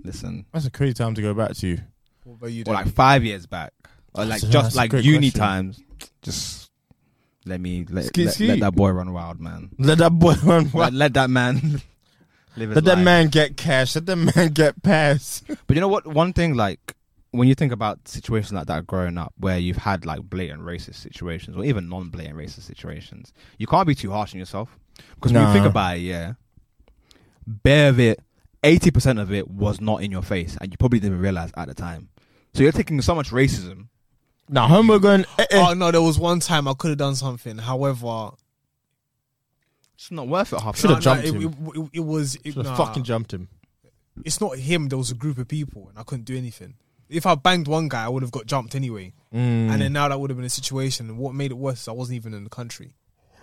Speaker 2: listen,
Speaker 3: That's a crazy time to go back to you.
Speaker 6: What about you?
Speaker 2: or
Speaker 6: Dave?
Speaker 2: like five years back, or like
Speaker 3: That's a- that's
Speaker 2: just
Speaker 3: a
Speaker 2: like
Speaker 3: great
Speaker 2: uni
Speaker 3: question.
Speaker 2: times, just let me let,
Speaker 3: Ski-
Speaker 2: let,
Speaker 3: ski.
Speaker 2: let that boy run wild, man.
Speaker 3: Let that boy run.
Speaker 2: Let,
Speaker 3: wild.
Speaker 2: let that man live his
Speaker 3: Let that
Speaker 2: life.
Speaker 3: man get cash. Let that man get pass.
Speaker 2: But you know what? One thing, like when you think about situations like that growing up, where you've had like blatant racist situations or even non-blatant racist situations, you can't be too harsh on yourself because when
Speaker 3: Nah.
Speaker 2: you think about it, yeah, bare of it, eighty percent of it was not in your face, and you probably didn't realize at the time. So you're taking so much racism.
Speaker 3: Now, homo going. Eh, eh.
Speaker 6: oh no, there was one time I could have done something. However,
Speaker 2: It's not worth it. Half
Speaker 3: Should've
Speaker 2: the time.
Speaker 6: no,
Speaker 3: jumped
Speaker 6: it,
Speaker 3: him.
Speaker 6: It, it- it was. It,
Speaker 3: Should've
Speaker 6: nah.
Speaker 3: fucking jumped him.
Speaker 6: it's not him. There was a group of people, and I couldn't do anything. If I banged one guy, I would have got jumped anyway.
Speaker 3: Mm.
Speaker 2: Hmm.
Speaker 6: And then now that would have been a situation. And what made it worse is I wasn't even in the country.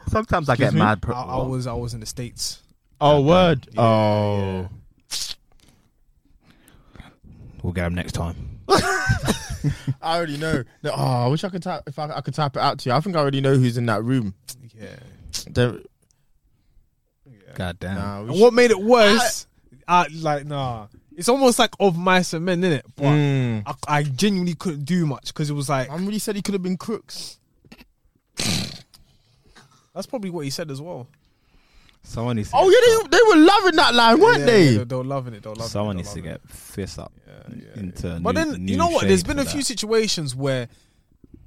Speaker 2: Sometimes I get
Speaker 3: me?
Speaker 2: mad. Per-
Speaker 6: I, I was. I was in the states.
Speaker 3: Oh, word. oh.
Speaker 2: We'll get him next time.
Speaker 3: I already know. No, oh, I wish I could type. If I, I could type it out to you, I think I already know who's in that room.
Speaker 6: Yeah.
Speaker 3: There-
Speaker 2: God damn.
Speaker 3: nah, we
Speaker 6: And what made it worse? I, like nah. It's almost like of mice and men, innit? But
Speaker 3: Mm.
Speaker 6: I, I genuinely couldn't do much because it was like
Speaker 3: should- I'm really said he could have been crooks.
Speaker 6: that's probably what he said as well.
Speaker 2: Someone needs. To
Speaker 3: Oh
Speaker 2: get,
Speaker 3: yeah, they, they were loving that line, weren't
Speaker 6: Yeah,
Speaker 3: they?
Speaker 6: yeah, they were loving it. They were loving
Speaker 2: Someone
Speaker 6: it. they
Speaker 2: needs
Speaker 6: were
Speaker 2: to
Speaker 6: loving it.
Speaker 2: get fist up
Speaker 6: yeah,
Speaker 2: into. a
Speaker 6: But
Speaker 2: new-
Speaker 6: then
Speaker 2: new
Speaker 6: you know what? There's
Speaker 2: shade
Speaker 6: been
Speaker 2: for
Speaker 6: a few
Speaker 2: that.
Speaker 6: situations where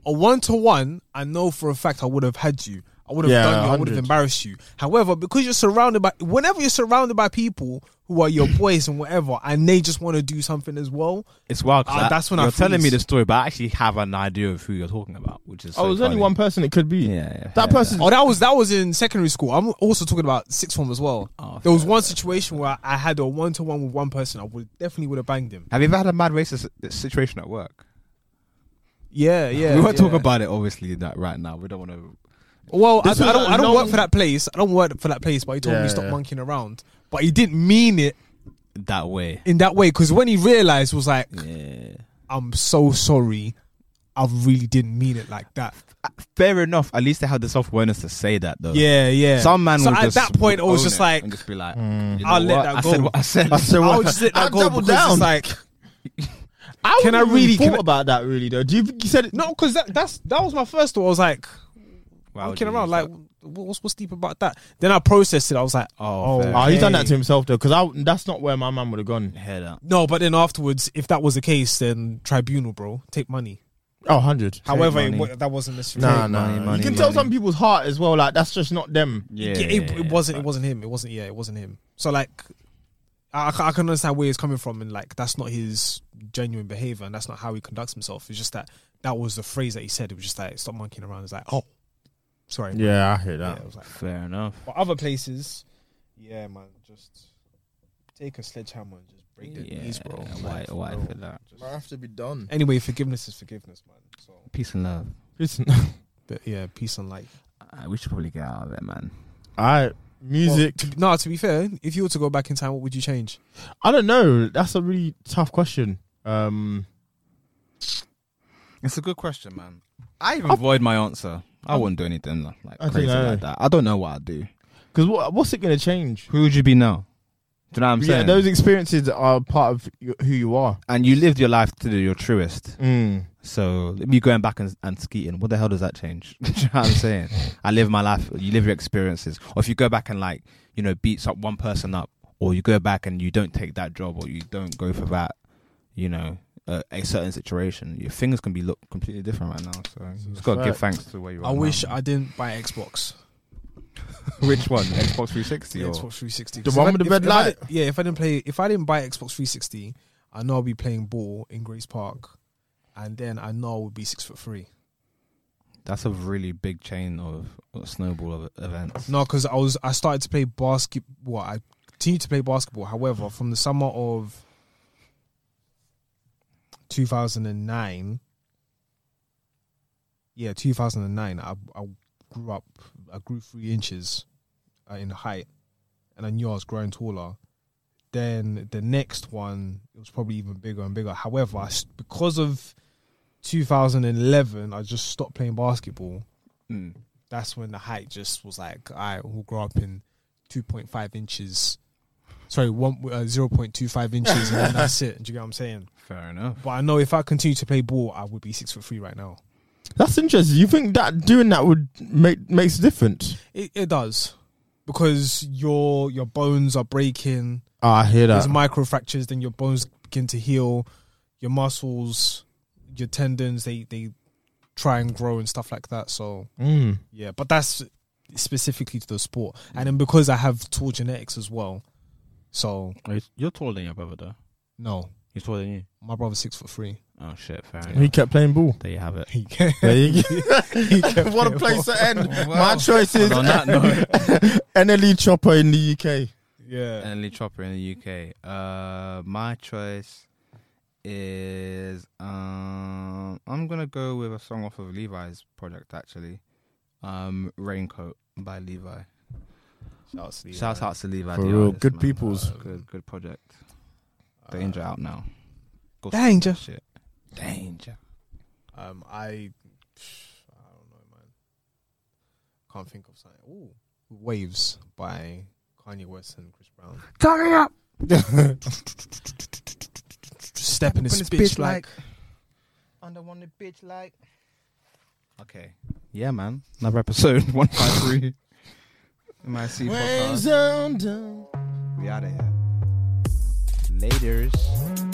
Speaker 6: a one to one, I know for a fact I would have had you. I would have
Speaker 3: Yeah,
Speaker 6: done you. I would
Speaker 3: 100.
Speaker 6: have embarrassed you. However, because you're surrounded by whenever you're surrounded by people who are your boys and whatever, and they just want to do something as well.
Speaker 2: It's wild. 'cause
Speaker 6: Ah,
Speaker 2: I-
Speaker 6: that's when I
Speaker 2: you're telling
Speaker 6: freeze.
Speaker 2: me the story, but I actually have an idea of who you're talking about, which is.
Speaker 3: oh,
Speaker 2: so
Speaker 3: there's only
Speaker 2: funny.
Speaker 3: one person it could be.
Speaker 2: Yeah, yeah,
Speaker 3: that
Speaker 2: yeah.
Speaker 3: person.
Speaker 6: Oh, that was that was in secondary school. I'm also talking about sixth form as well.
Speaker 2: Oh,
Speaker 6: there was
Speaker 2: fair,
Speaker 6: one situation where I had a one to one with one person. I would definitely would have banged him.
Speaker 2: Have you ever had a mad racist s- situation at work?
Speaker 6: Yeah, yeah.
Speaker 2: we won't talk
Speaker 6: yeah.
Speaker 2: about it, obviously, that right now. We don't want to.
Speaker 6: Well, I,
Speaker 3: This
Speaker 6: I
Speaker 3: was
Speaker 6: don't.
Speaker 3: a
Speaker 6: I don't
Speaker 3: long-
Speaker 6: work for that place. I don't work for that place. But he told
Speaker 3: Yeah,
Speaker 6: me stop
Speaker 3: yeah.
Speaker 6: monkeying around. But he didn't mean it
Speaker 2: That way.
Speaker 6: in that way because when he realized, was like,
Speaker 2: Yeah.
Speaker 6: "I'm so sorry. I really didn't mean it like that."
Speaker 2: Uh, Fair enough. At least they had the self awareness to say that, though.
Speaker 6: Yeah, yeah.
Speaker 2: Uh, Some man
Speaker 6: So
Speaker 2: would
Speaker 6: at
Speaker 2: just
Speaker 6: that point, I was
Speaker 2: own
Speaker 6: just
Speaker 2: it
Speaker 6: like, Mm.
Speaker 2: and just be like, you know
Speaker 6: I'll let
Speaker 2: what?
Speaker 6: that
Speaker 2: I
Speaker 6: go.
Speaker 2: said what I said.
Speaker 3: I said
Speaker 6: I
Speaker 3: what-
Speaker 6: would just let that
Speaker 3: I
Speaker 6: go
Speaker 3: doubled
Speaker 6: because
Speaker 3: down.
Speaker 6: it's like
Speaker 3: I
Speaker 6: Can I
Speaker 3: wouldn't
Speaker 6: really-
Speaker 3: thought
Speaker 6: can I-
Speaker 3: about that really though? Do you think he said it?
Speaker 6: no, because that, that's that was my first thought. I was like
Speaker 2: Why would
Speaker 6: monkeying
Speaker 2: you
Speaker 6: around,
Speaker 2: use
Speaker 6: like
Speaker 2: that?
Speaker 6: wh- what's what's deep about that? Then I processed it. I was like,
Speaker 2: Oh,
Speaker 6: "Oh,
Speaker 2: fair.
Speaker 3: Oh, he's done that
Speaker 6: okay."
Speaker 3: to himself though, because that's not where my man would have gone.
Speaker 2: Hear that.
Speaker 6: No, but then afterwards, if that was the case, then tribunal, bro, take money.
Speaker 3: Oh, 100.
Speaker 6: However, it,
Speaker 2: money.
Speaker 6: wa- that wasn't necessarily.
Speaker 3: Nah,
Speaker 2: Take
Speaker 3: nah.
Speaker 2: money,
Speaker 3: you
Speaker 2: money,
Speaker 3: can tell
Speaker 2: money.
Speaker 3: some people's heart as well. Like that's just not them.
Speaker 2: Yeah,
Speaker 6: yeah, it, it wasn't. It wasn't him. It wasn't. Yeah, it wasn't him. So like, I, I ca- I can understand where he's coming from, and like that's not his genuine behavior, and that's not how he conducts himself. It's just that that was the phrase that he said. It was just like stop monkeying around. It's like oh, sorry.
Speaker 3: Yeah, I hear
Speaker 6: Yeah,
Speaker 3: that.
Speaker 6: it was like,
Speaker 2: Fair enough.
Speaker 6: but other places, yeah, man, just take a sledgehammer and just break their
Speaker 2: Yeah,
Speaker 6: knees, bro.
Speaker 2: why,
Speaker 6: Like,
Speaker 2: why
Speaker 6: bro.
Speaker 2: for that?
Speaker 3: I have to be done.
Speaker 6: Anyway, forgiveness is forgiveness, man. So,
Speaker 2: Peace and love.
Speaker 3: Listen,
Speaker 6: but yeah, peace and light.
Speaker 2: Uh, we should probably get out of there, man.
Speaker 3: all right, music.
Speaker 6: Well, to- no, to be fair, if you were to go back in time, what would you change?
Speaker 3: I don't know. That's a really tough question. Um,
Speaker 2: It's a good question, man. I even avoid my answer. I wouldn't do anything like
Speaker 3: I
Speaker 2: crazy
Speaker 3: think I-
Speaker 2: like that. I don't know what I'd do.
Speaker 3: because what, what's it going to change?
Speaker 2: Who would you be now? Do you know what I'm
Speaker 3: Yeah,
Speaker 2: saying?
Speaker 3: those experiences are part of y- who you are.
Speaker 2: and you lived your life to the- your truest.
Speaker 3: Mm.
Speaker 2: So me going back and, and skeeting, what the hell does that change? Do you know what I'm saying? I live my life. You live your experiences. Or if you go back and like you know beats up one person up, or you go back and you don't take that job, or you don't go for that, you know, uh, a certain situation, your things can be look completely different right now. So you just gotta give
Speaker 3: fact.
Speaker 2: thanks to where you are.
Speaker 6: I
Speaker 2: now.
Speaker 6: wish I didn't buy Xbox.
Speaker 2: Which one? Xbox 360
Speaker 6: Yeah,
Speaker 2: or
Speaker 6: Xbox 360.
Speaker 3: The
Speaker 6: 'Cause
Speaker 3: one
Speaker 6: if I-
Speaker 3: with the
Speaker 6: if-
Speaker 3: red
Speaker 6: if I
Speaker 3: light?
Speaker 6: didn't- yeah, if I didn't play, if I didn't buy Xbox 360, I know I'll be playing ball in Grace Park, and then I know I would be six foot three.
Speaker 2: That's a really big chain of of snowball of events.
Speaker 6: No, because I was I started to play basketball. Well, I continued to play basketball. However, from the summer of 2009, yeah, 2009, I I grew up. I grew three inches uh, in height, and I knew I was growing taller. Then the next one, it was probably even bigger and bigger. However, I s because of
Speaker 5: 2011, I just stopped playing basketball.
Speaker 2: Hmm,
Speaker 5: That's when the height just was like, I will grow up in 2.5 inches. Sorry, one uh, 0.25 inches, and then that's it. Do you get what I'm saying?
Speaker 2: Fair enough.
Speaker 5: But I know if I continue to play ball, I would be six foot three right now.
Speaker 3: That's interesting. You think that doing that would make makes a difference?
Speaker 5: It, it does because your your bones are breaking.
Speaker 3: Ah, I hear
Speaker 5: There's microfractures, then your bones begin to heal, your muscles, your tendons, they they try and grow and stuff like that. So
Speaker 3: Mm.
Speaker 5: yeah, but that's specifically to the sport, and then because I have tall genetics as well, so
Speaker 2: You're taller than your brother, though.
Speaker 5: no,
Speaker 2: He's taller than you.
Speaker 5: my brother's six foot three.
Speaker 2: Oh shit! Fair
Speaker 3: He
Speaker 2: enough.
Speaker 3: kept playing ball.
Speaker 2: There you have it.
Speaker 3: There you go. what a place to end. My choice is
Speaker 2: On that note,
Speaker 3: NLE E Chopper in the UK.
Speaker 5: Yeah,
Speaker 2: Emily Chopper in the UK. Uh, my choice is um, I'm gonna go with a song off of Levi's project actually, um, "Raincoat" by Levi.
Speaker 5: shouts to
Speaker 2: Shouts out to Levi.
Speaker 3: For
Speaker 2: the
Speaker 3: real,
Speaker 2: artist,
Speaker 3: good
Speaker 2: man. Uh,
Speaker 3: peoples.
Speaker 2: good, good project.
Speaker 5: Uh,
Speaker 2: Danger out now. Go
Speaker 5: Danger.
Speaker 2: see that Shit. Danger.
Speaker 5: Um, I, I don't know, man. Can't think of something. Ooh, Waves by Kanye West and Chris Brown.
Speaker 2: Turn up.
Speaker 5: Step in this
Speaker 2: this
Speaker 5: bitch,
Speaker 2: bitch
Speaker 5: like,
Speaker 2: Under one the bitch like. Okay. Yeah, man. Another episode one five three. MIC podcast.
Speaker 3: Waves on down.
Speaker 2: We out of here. Later's.